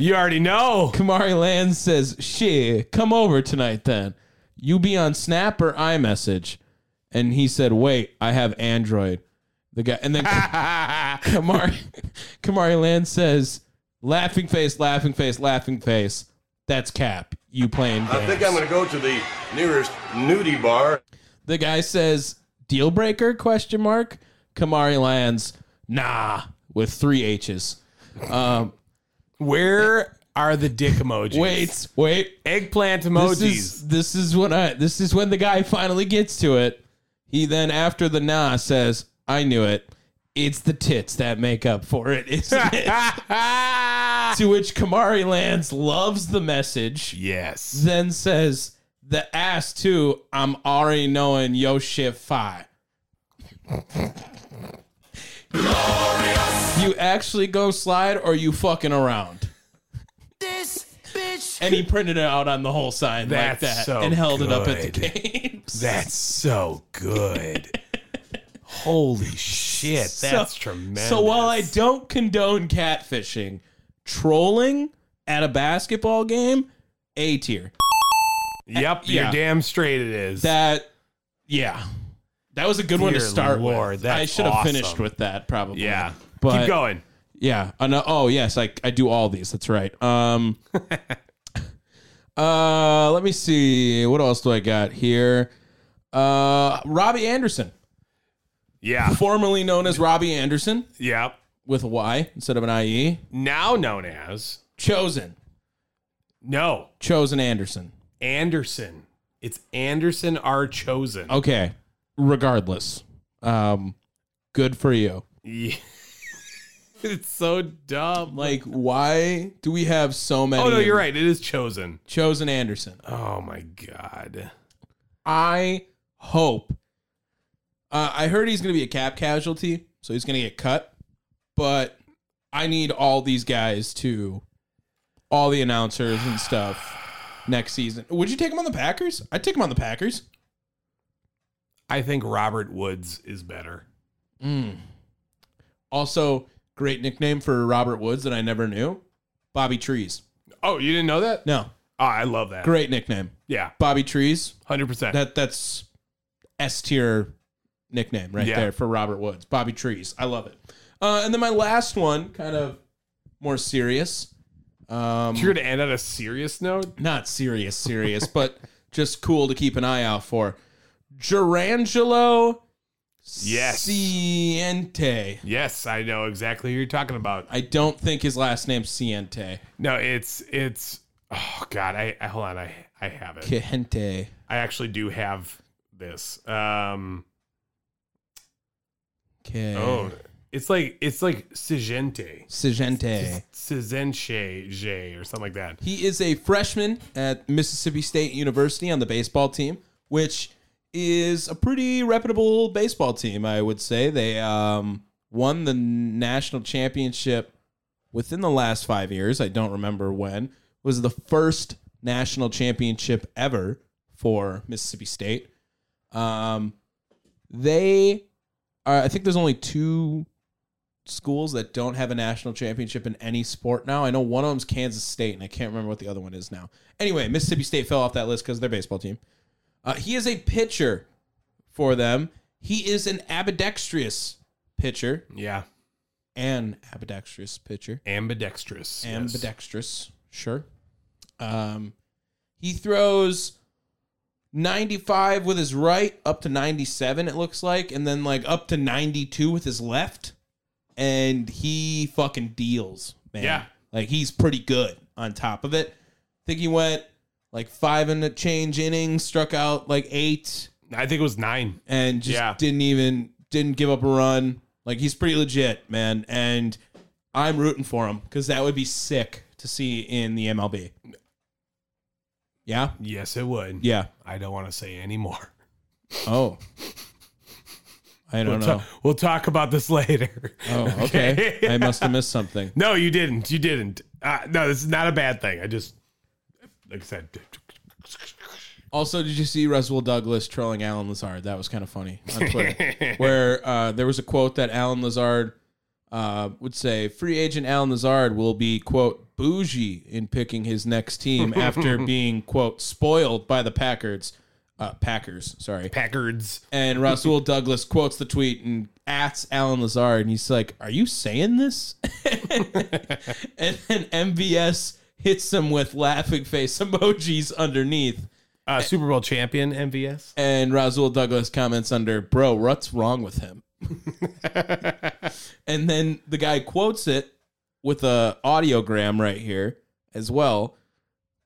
You already know. Kamari Land says, "Shit, come over tonight then. You be on Snap or iMessage." And he said, "Wait, I have Android." The guy, and then Kamari Kamari Land says, "Laughing face, laughing face, laughing face. That's cap. You playing games." I think I'm going to go to the nearest nudie bar. the guy says, "Deal breaker?" Question mark. Kamari lands, "Nah," with three H's. Um, Where are the dick emojis? wait, wait. Eggplant This emojis. is, this is when I this is when the guy finally gets to it. He then after the nah says, I knew it. It's the tits that make up for it, isn't it? to which Kamari Lands loves the message, yes. then says, The ass too, I'm already knowing yo shit fi. you actually go slide or you fucking around? This bitch. And he printed it out on the whole sign That's like that so and held it up at the good. games. That's so good. Holy shit. That's tremendous. So while I don't condone catfishing, trolling at a basketball game, A tier. Yep, yeah. you're damn straight it is. That, yeah. That was a good one to Dear start Lord, with. that's I should have finished awesome. with that probably. yeah. But Keep going. Yeah. Uh, no- oh, yes. I, I do all these. That's right. Um, Uh, let me see. What else do I got here? Uh, Robbie Anderson, Yeah. formerly known as Robbie Anderson Yep. with a Y instead of an IE, Now known as chosen, no chosen Anderson. Anderson. It's Anderson R. Chosen. Okay. Regardless, um, good for you. Yeah. it's so dumb. Like, why do we have so many? oh no, you're right. It is Chosen. Chosen Anderson. Oh my god. I hope. Uh, I heard he's going to be a cap casualty, so he's going to get cut. But I need all these guys to, all the announcers and stuff next season. Would you take him on the Packers? I'd take him on the Packers. I think Robert Woods is better. Also, great nickname for Robert Woods that I never knew Bobby Trees. Oh, you didn't know that? No, Oh, I love that. great nickname. Yeah, Bobby Trees. hundred percent. That That's S tier nickname right Yeah. there for Robert Woods. Bobby Trees. I love it. Uh, and then my last one, kind of more serious. Um, You're gonna end on a serious note. not serious, serious, but just cool to keep an eye out for. Gerangelo Yes. Ciente. Yes, I know exactly who you're talking about. I don't think his last name's Ciente. No, it's it's. Oh God, I, I hold on. I I have it. Ciente. I actually do have this. Um. Okay. Oh, it's like it's like Sigente, Ciente. Sizenche, J or something like that. He is a freshman at Mississippi State University on the baseball team, which is a pretty reputable baseball team, I would say. They um, won the national championship within the last five years. I don't remember when. It was the first national championship ever for Mississippi State. Um, they are, I think there's only two schools that don't have a national championship in any sport now. I know one of them's Kansas State, and I can't remember what the other one is now. Anyway, Mississippi State fell off that list because of their baseball team. Uh, he is a pitcher for them. He is an ambidextrous pitcher, Yeah, an ambidextrous pitcher, ambidextrous. yes. ambidextrous. Sure. Um, he throws 95 with his right, up to 97, it looks like, and then like up to 92 with his left. And he fucking deals, man. Yeah. Like he's pretty good on top of it. I think he went like five and a change innings, struck out like eight, I think it was nine. and just Yeah. didn't even didn't give up a run. Like he's pretty legit, man. And I'm rooting for him because that would be sick to see in the MLB. Yeah. Yes, it would. Yeah. I don't want to say anymore. Oh. I don't know. We'll talk about this later. Oh, okay. I must have missed something. No, you didn't. You didn't. Uh, no, this is not a bad thing. I just, like I said, Also, did you see Russell Douglas trolling Alan Lazard? That was kind of funny on Twitter, where uh, there was a quote that Alan Lazard uh, would say: "Free agent Alan Lazard will be quote bougie in picking his next team after being quote spoiled by the Packers, uh, Packers, sorry." Packards. And Russell Douglas quotes the tweet and asks Alan Lazard, and he's like, "Are you saying this?" and then MVS hits him with laughing face emojis underneath. Uh, Super Bowl champion MVS. And Razul Douglas comments under, Bro, what's wrong with him? and then the guy quotes it with a audiogram right here as well,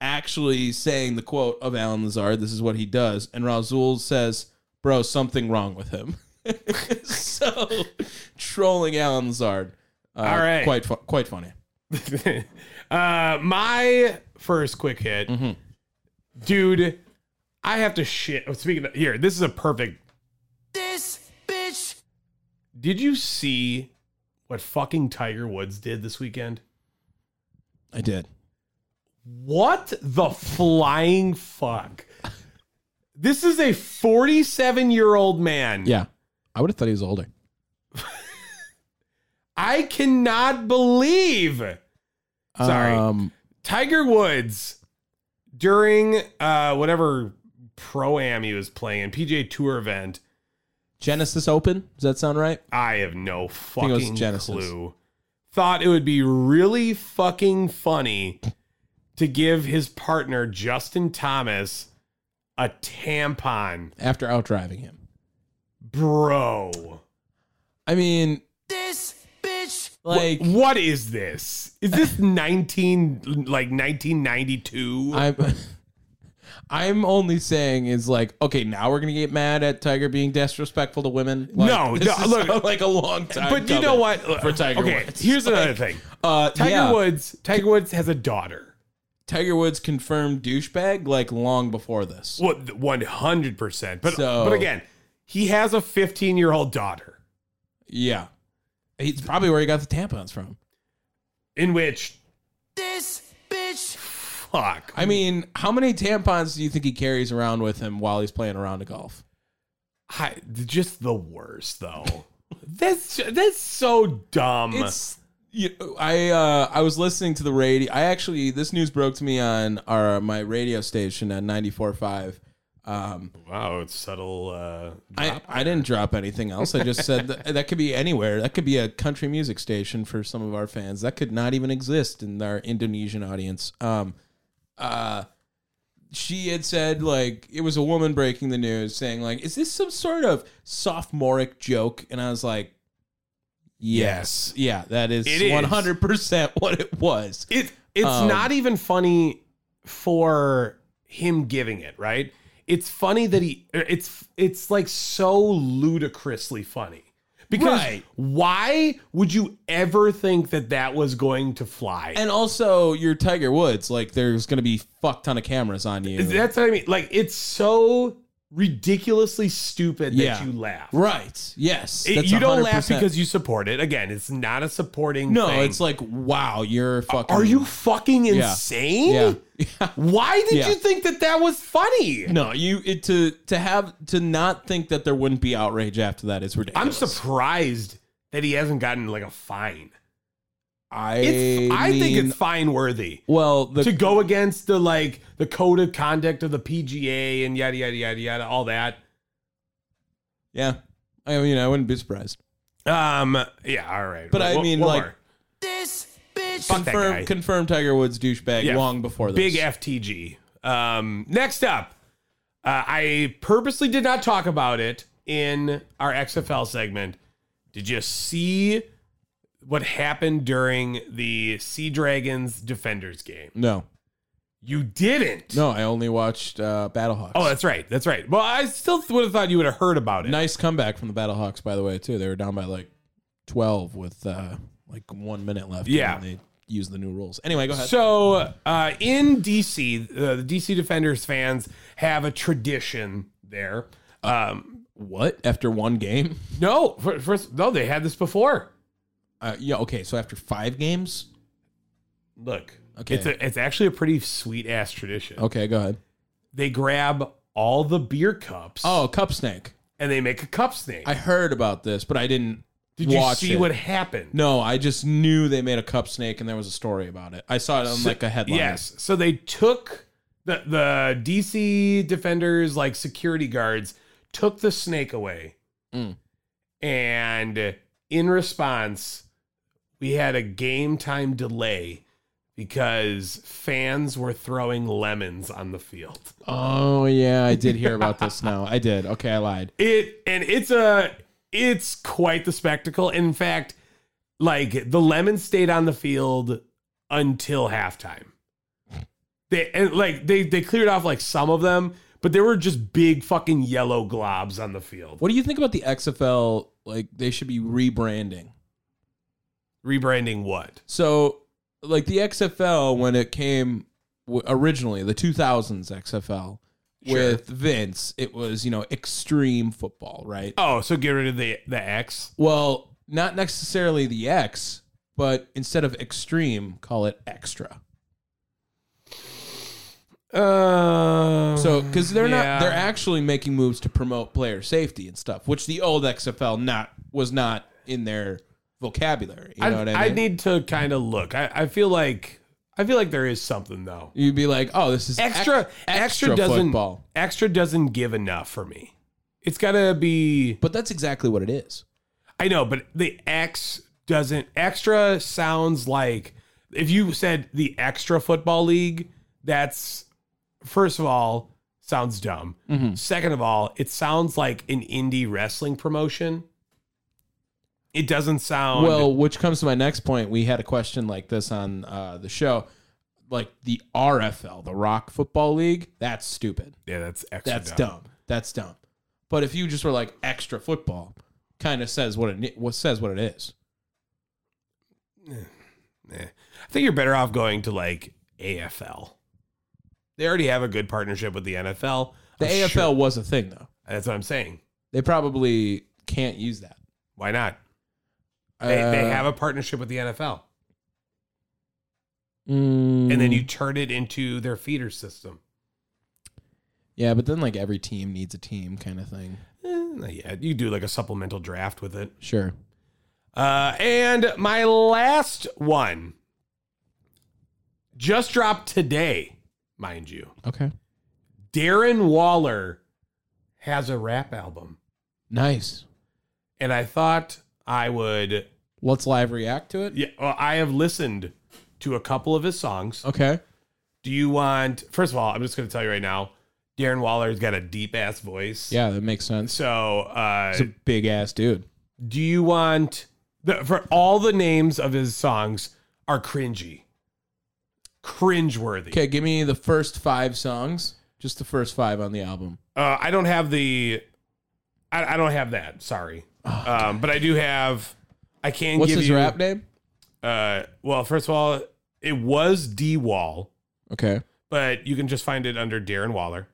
actually saying the quote of Alan Lazard. This is what he does. And Razul says, Bro, something wrong with him. so trolling Alan Lazard. Uh, All right. Quite, fu- quite funny. uh, my first quick hit, Mm-hmm. dude. I have to shit. oh, Speaking of, here, this is a perfect. This bitch. Did you see what fucking Tiger Woods did this weekend? I did. What the flying fuck? This is a 47 year old man. Yeah. I would have thought he was older. I cannot believe. Sorry. Um, Tiger Woods during uh whatever pro am he was playing, PJ Tour event. Genesis Open. Does that sound right? I have no it was fucking Genesis. clue. Thought it would be really fucking funny to give his partner Justin Thomas a tampon, after outdriving him. bro. I mean, this bitch. Like, Wh- what is this? Is this 19 like 1992? I'm I'm only saying is like, okay, now we're gonna get mad at Tiger being disrespectful to women. Like, No, this no, is look. like a long time. but you know coming what? For Tiger okay, Woods, here's Like, another thing. Uh, Tiger yeah, Woods. Tiger Woods has a daughter. Tiger Woods confirmed douchebag like long before this. Well, one hundred percent. But So- but again, he has a fifteen year old daughter Yeah, it's probably where he got the tampons from. in which this bitch. Fuck. I mean, how many tampons do you think he carries around with him while he's playing around a golf? I, just the worst though. that's that's so dumb. It's you know, I uh, I was listening to the radio. I actually this news broke to me on our my radio station at 94.5. Um, wow, it's subtle. Uh, I, I didn't drop anything else. I just said that, that could be anywhere. That could be a country music station for some of our fans. That could not even exist in our Indonesian audience. Um, uh, she had said like it was a woman breaking the news, saying like, "Is this some sort of sophomoric joke?" And I was like, "Yes, yeah, that is It is. one hundred percent what it was." It it's Um, not even funny for him giving it, right? It's funny that he it's it's like so ludicrously funny. Because Right. why would you ever think that that was going to fly? And also, you're Tiger Woods. Like, there's gonna be fuck ton of cameras on you. That's what I mean. Like it's so ridiculously stupid that Yeah. you laugh. right? Yes, It- that's you don't laugh 100%. because you support it. Again, it's not a supporting No, thing. it's like, wow, you're fucking. are you fucking Yeah. insane? Yeah. Why did Yeah. you think that that was funny? no, you it, to to have to not think that there wouldn't be outrage after that is I'm ridiculous. surprised that he hasn't gotten like a fine. I It's, I, think mean, it's fine worthy well the to go against the like the code of conduct of the PGA and yada yada yada yada all that. yeah. I mean, I wouldn't be surprised. Um, yeah, all right. But I One- mean, one like, more. Fuck that guy. Confirm, confirm Tiger Woods douchebag Yeah. long before this. big FTG. Um, next up, uh, I purposely did not talk about it in our XFL segment. Did you see what happened during the Sea Dragons Defenders game? No, You didn't. no, I only watched uh, Battlehawks. Oh, that's right. That's right. Well, I still would have thought you would have heard about it. nice comeback from the Battlehawks, by the way. Too, they were down by like twelve with uh, like one minute left. Yeah. and they used the new rules. Anyway, go ahead. So, uh, in DC, uh, the DC Defenders fans have a tradition there. Um, what after one game? no, fir- first, no, they had this before. Uh, yeah, okay. So after five games, Look, Okay. it's a, it's actually a pretty sweet ass tradition. okay, go ahead. They grab all the beer cups, Oh, cup snake. and they make a cup snake. I heard about this, but I didn't. Did you watch see it. what happened? No, I just knew they made a cup snake, and there was a story about it. I saw it on So- like a headline. Yes. So they took the the DC defenders, like security guards, took the snake away, Mm. and in response, we had a game time delay because fans were throwing lemons on the field. Oh yeah, I did hear about this. Now I did. Okay, I lied. It and it's a it's quite the spectacle. In fact, like the lemons stayed on the field until halftime. They and like they they cleared off like some of them, but there were just big fucking yellow globs on the field. What do you think about the XFL? Like they should be rebranding. Rebranding what? So, like the XFL when it came w- originally, the 2000s XFL with Vince, it was you know extreme football, right? Oh, so get rid of the the X. Well, not necessarily the X, but instead of extreme, call it extra. Uh, So, because they're yeah. not, they're actually making moves to promote player safety and stuff, which the old XFL not was not in their vocabulary. You I, know what I mean? I need to kind of look. I, I feel like I feel like there is something though. You'd be like, oh, this is extra ex- extra, doesn't football, extra doesn't give enough for me. It's gotta be but that's exactly what it is. I know, but the X doesn't extra sounds like if you said the extra football league, that's first of all sounds dumb. Mm-hmm. Second of all, it sounds like an indie wrestling promotion. It doesn't sound Well, which comes to my next point. We had a question like this on uh, the show, like the RFL, the Rock Football League. That's stupid. Yeah, that's extra. That's dumb. That's dumb. But if you just were like extra football, kind of says what it ne- what says what it is. I think you're better off going to like AFL. They already have a good partnership with the NFL. The I'm AFL sure- was a thing though. That's what I'm saying. They probably can't use that. Why not? They, Uh, they have a partnership with the NFL, mm, and then you turn it into their feeder system. yeah, but then like every team needs a team kind of thing. Eh, yeah, you do like a supplemental draft with it. Sure. Uh, and my last one just dropped today, mind you. Okay. Darren Waller has a rap album, Nice. and I thought I would. Let's live react to it. Yeah, well, I have listened to a couple of his songs. Okay. Do you want? First of all, I'm just going to tell you right now, Darren Waller's got a deep ass voice. Yeah, that makes sense. So, uh, It's a big ass dude. do you want the for all the names of his songs are cringy, cringeworthy? Okay, give me the first five songs. Just the first five on the album. Uh, I don't have the, I, I don't have that. Sorry, um, but I do have. I can Oh, What's give his you. rap name? Uh, well, first of all, it was D Wall. Okay. but you can just find it under Darren Waller.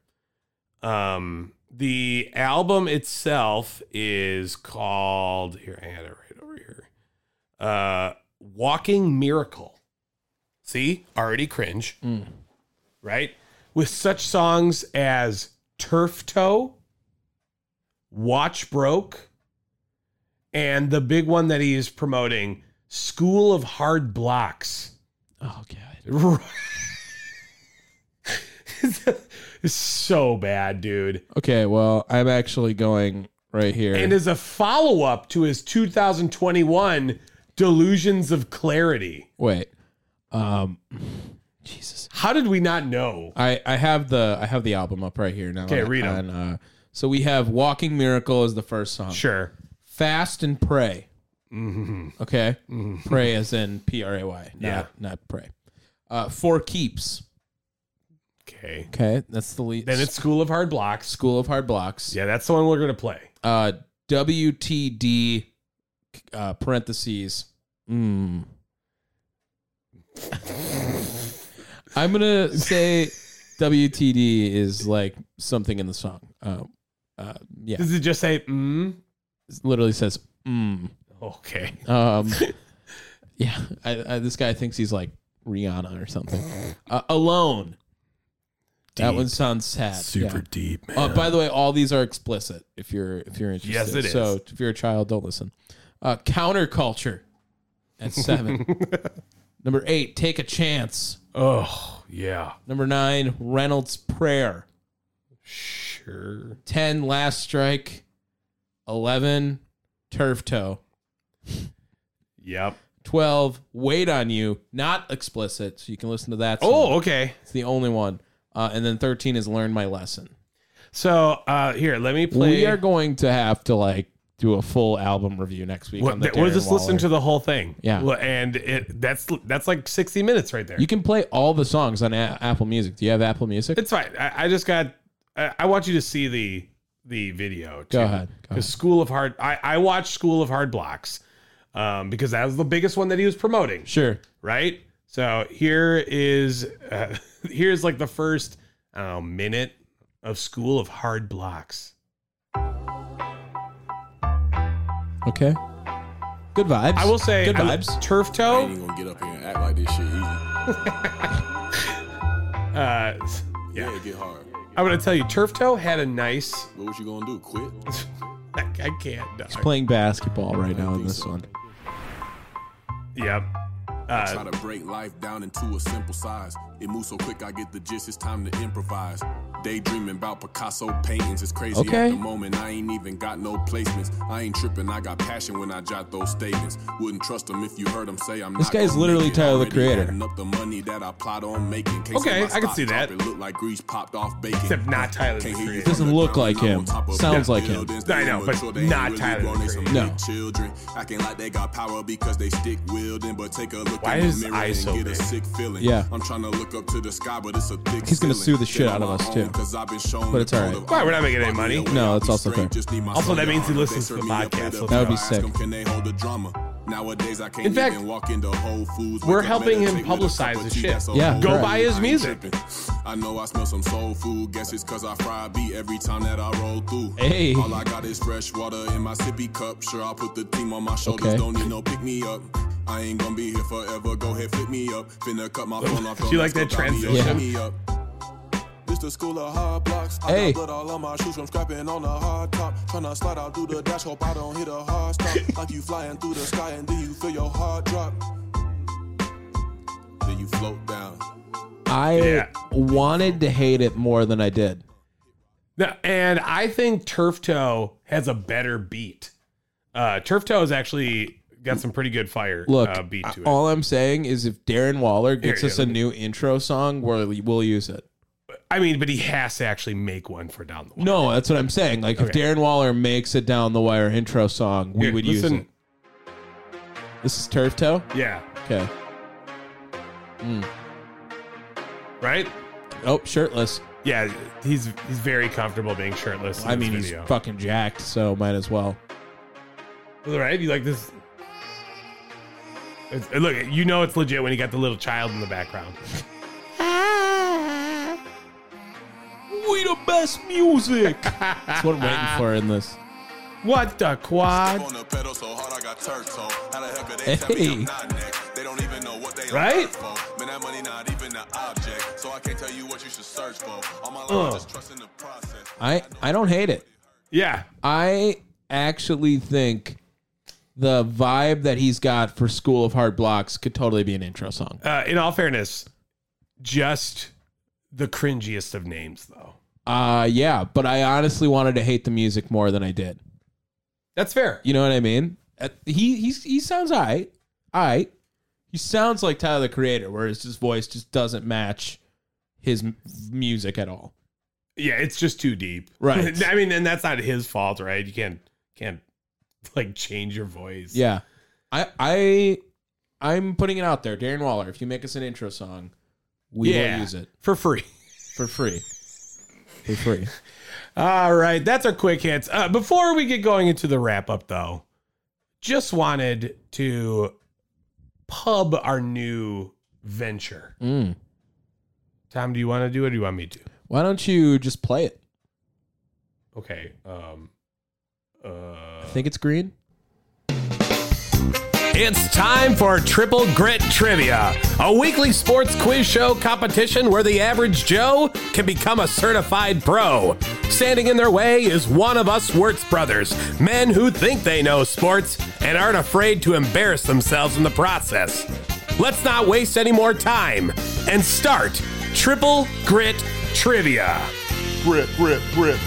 Um, the album itself is called here. I had it right over here. Uh, Walking Miracle. See, already cringe, right? With such songs as Turf Toe, Watch Broke, and the big one that he is promoting, School of Hard Blocks. Oh god. it's so bad, dude. Okay, well, I'm actually going right here. And as a follow up to his 2021 Delusions of Clarity, Wait. Um Jesus. how did we not know? I I have the I have the album up right here now. Okay, on- read 'em. on, uh, so we have "Walking Miracle" as the first song. Sure. Mm-hmm. Fast and pray. Okay. Pray as in P R A Y. Not, Yeah. Not pray. Uh, Four keeps. Okay. Okay, that's the lead. Then it's School of Hard Blocks. School of Hard Blocks. Yeah, that's the one we're going to play. Uh, WTD uh, parentheses. Mm. I'm gonna say WTD is like something in the song. Um, uh, yeah, Does it just say, mm? it literally says mm. Okay. Um, yeah, I, I, this guy thinks he's like Rihanna or something. Uh, alone. That Deep. one sounds sad. yeah. deep, man. Uh, by the way, all these are explicit. If you're if you're interested, Yes, it is. So if you're a child, don't listen. Uh, counterculture at seven. Number eight, take a chance. oh, yeah. Number nine, Reynolds prayer. Sure. Ten, last strike. Eleven, turf toe. Yep. 12 wait on you not explicit so you can listen to that song. Oh, okay. it's the only one uh, and then 13 is learn my lesson So uh here, let me play. we are going to have to like do a full album review next week What- on the we'll Darren just listen Waller. to the whole thing. Yeah. Well, And it, that's that's like 60 minutes right there. you can play all the songs on a- apple music do you have apple music It's fine. I, I just got. I, I want you to see the the video. Too. Go ahead, go Because School of Hard. I I watched School of Hard Blocks, um, because that was the biggest one that he was promoting. sure Right. So here is uh, here's like the first I don't know minute of School of Hard Blocks. okay good vibes I will say good I- vibes turf toe. even gonna get up here and act like this shit easy. Uh, Yeah, it get hard. I'm gonna tell you, turf toe had a nice. But what you gonna do? Quit? I, I can't. uh, dog. he's playing basketball right now in this one Yep. Uh, Try to break life down into a simple size. It moves so quick, I get the gist. It's time to improvise. Daydreaming about Picasso paintings. It's crazy Okay. at the moment. I ain't even got no placements. I ain't tripping. I got passion when I jot those statements. Wouldn't trust them if you heard them say I'm This not. guy's gonna literally make it. Tyler, the Already Creator. adding Up the money that I plot on making. Case Okay, my I can stock see that. drop, It looked like grease popped off bacon. Except not Tyler, the Can't hear Creator. you from Doesn't the look ground, like I'm him. on top of Sounds the like him. buildings. They I know, but immature, they ain't not really Tyler, grown, the they some Creator. little No. Children acting like they got power because they stick wielding, but take a look Why in the is his mirror eyes and so get a big? sick feeling. Yeah. I'm trying to look up to the sky, but it's a thick. He's gonna sue ceiling. the shit Been out of on us, my too. own 'cause I've been shown But it's the all code right. of Why, we're not honor. making any money. Fuck me, No, I'll it's be also straight, fair. just need my Also, son that means he to listens honor. to the They serve me up podcast, at let's be bar. Ask sick. them, Can they hold the drama? Nowadays, I can't In fact, even walk into Whole Foods. we're Wake up, helping him meditate with a cup publicize of his tea, shit. that's a Yeah, whole go lot. buy his I ain't music. tripping. I know I smell some soul food. Guess it's cause I fry beat every time that I roll through. Hey. All I got is fresh water in my sippy cup. Sure, I'll put the team on my shoulders. Okay. Don't need no pick me up. I ain't gonna be here forever. Go ahead, flip me up. Finna cut my phone off. She like that transition. transition. me up. This the school of hard blocks. I Hey. got blood all on my shoes from scrapping on the hard top. Tryna slide out through the dash, hope I don't hit a hard stop. like you flying through the sky and then you feel your heart drop. Then you float down. I Yeah. wanted to hate it more than I did. No, and I think Turf Toe has a better beat. Uh, Turf Toe has actually got some pretty good fire Look, uh, beat to it. all I'm saying is if Darren Waller gets Here, us yeah, a let me- new intro song, we'll, we'll use it. I mean, but he has to actually make one for down the line. No, that's what I'm saying. Like if Okay. Darren Waller makes a Down the Wire intro song, we Here, would listen. use it. This is Turf Toe? Yeah, Okay. right. Oh, shirtless. Yeah, he's he's very comfortable being shirtless. in I this mean, he's video. fucking jacked, so might as well. right. You like this? It's- look, you know it's legit when you got the little child in the background. We the best music. That's what I'm waiting for in this. What the quad? On the pedal so hard I got turtle. How the heck are they tell me Hey. I'm not next? They don't even know what they Right? right? for. Man, that money not even an object. So I can't tell you what you should search for. All my life, I Ugh. just trust in the process. I I don't hate it. Yeah, I actually think the vibe that he's got for School of Hard Blocks could totally be an intro song. uh, in all fairness, just the cringiest of names, though. Uh yeah, but I honestly wanted to hate the music more than I did. That's fair. You know what I mean? Uh, he he's, he sounds alright. Alright. He sounds like Tyler the Creator, whereas his voice just doesn't match his m- music at all. Yeah, it's just too deep. Right. I mean, and that's not his fault, right? You can't can't like change your voice. Yeah. I I I'm putting it out there, Darren Waller. If you make us an intro song, we Yeah. will use it For free. for free. For free. All right, that's our quick hits. Uh, before we get going into the wrap up, though, just wanted to pub our new venture. Mm. Tom, do you want to do it? Or do you want me to? Why don't you just play it? Okay. Um, uh, I think it's green. It's time for Triple Grit Trivia, a weekly sports quiz show competition where the average Joe can become a certified pro. Standing in their way is one of us Wirtz brothers, men who think they know sports and aren't afraid to embarrass themselves in the process. Let's not waste any more time and start Triple Grit Trivia. Grip, grip, grip.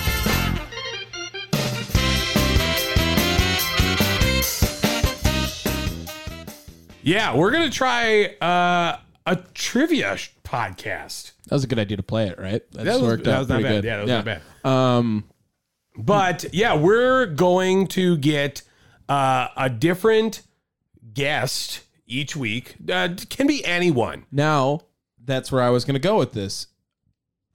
Yeah, we're going to try uh, a trivia sh- podcast. That was a good idea to play it, right? That, just was- worked that out was not pretty bad. good. Yeah, that was not bad. Um, But yeah, we're going to get uh, a different guest each week. Uh, can be anyone. now that's where I was going to go with this.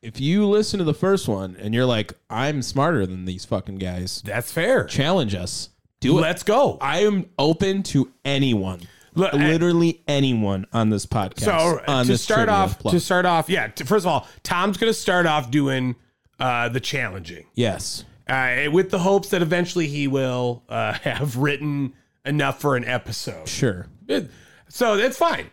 If you listen to the first one and you're like, "I'm smarter than these fucking guys," That's fair. challenge us. Do it. Let's go. I am open to anyone, L- literally anyone on this podcast. So on to this start trivia off, plug. to start off, yeah. t- first of all, Tom's going to start off doing uh, the challenging yes, uh, with the hopes that eventually he will uh, have written enough for an episode. sure. It- so that's fine.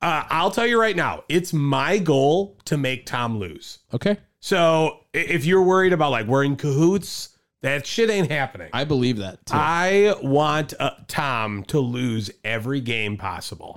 Uh, I'll tell you right now, it's my goal to make Tom lose. Okay, So i- if you're worried about like we're in cahoots, that shit ain't happening. I, I believe that. Uh, Too. want uh, Tom Mm-hmm. to lose every game possible.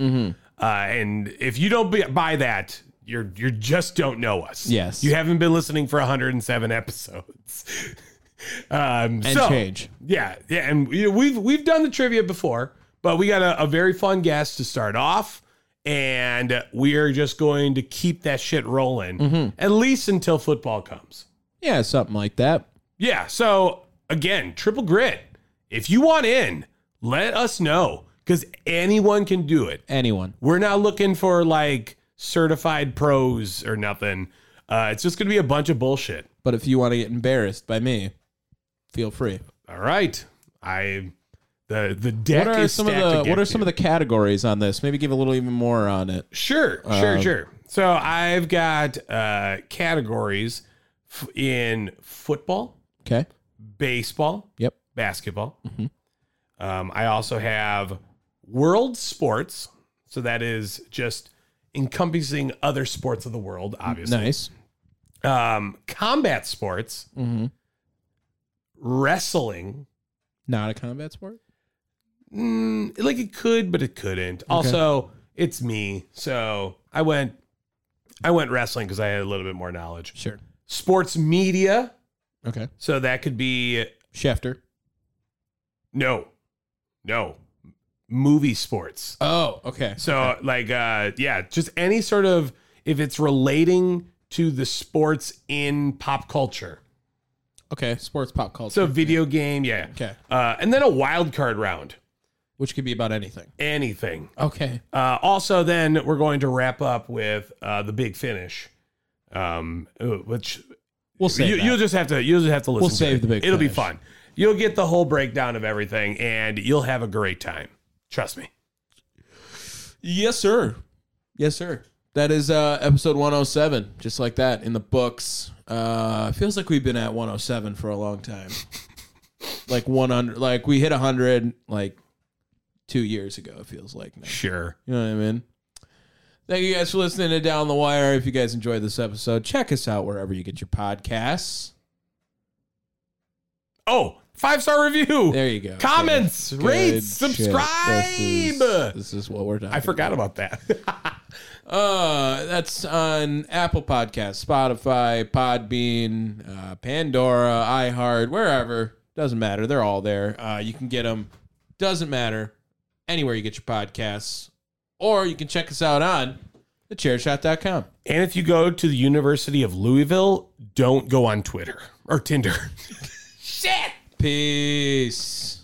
Uh, and if you don't be, buy that, you're you just don't know us. Yes. you haven't been listening for 107 episodes. um, and so- change. Yeah, yeah, and you know, we've we've done the trivia before, but we got a, a very fun guest to start off, and we're just going to keep that shit rolling Mm-hmm. at least until football comes. Yeah, something like that. Yeah. So again, triple grit. If you want in, let us know because anyone can do it. Anyone. We're not looking for like certified pros or nothing. Uh, it's just gonna be a bunch of bullshit. But if you want to get embarrassed by me, feel free. All right. I the the deck What are is some of stacked the What against are some you. of the categories on this? Maybe give a little even more on it. Sure, sure, Uh, sure. So I've got uh, categories f- in football, Okay. baseball, Yep. basketball. Um, I also have world sports. So that is just encompassing other sports of the world, obviously. Nice. Um, combat sports, Mhm. wrestling. Not a combat sport. Mm, like it could, but it couldn't. Also, it's me. So I went. I went wrestling because I had a little bit more knowledge. Sure. sports media. Okay. So that could be Schefter. no, no, movie sports. Oh, okay. So like, uh, yeah, just any sort of if it's relating to the sports in pop culture. Okay. Sports pop culture. So video game, yeah. Okay. Uh, and then a wild card round. which could be about anything. Anything. Okay. Uh, also, then we're going to wrap up with uh, the big finish, um, which We'll save you, that. you'll just have to you'll just have to listen. We'll to save it. the big It'll be finish. fun. You'll get the whole breakdown of everything, and you'll have a great time. Trust me. Yes, sir. Yes, sir. That is uh, episode 107, just like that in the books. Uh, feels like we've been at 107 for a long time. like 100, like we hit 100 like two years ago, it feels like. Now. Sure. You know what I mean? Thank you guys for listening to Down the Wire. If you guys enjoyed this episode, check us out wherever you get your podcasts. Oh, five star review. There you go. Comments, Good rates, shit. subscribe. This is, this is what we're talking I forgot about that. Uh, that's on Apple Podcasts, Spotify, Podbean, uh, Pandora, iHeart, wherever. Doesn't matter. They're all there. Uh, you can get them. Doesn't matter. Anywhere you get your podcasts. Or you can check us out on thechairshot.com. and if you go to the University of Louisville, don't go on Twitter or Tinder. Peace.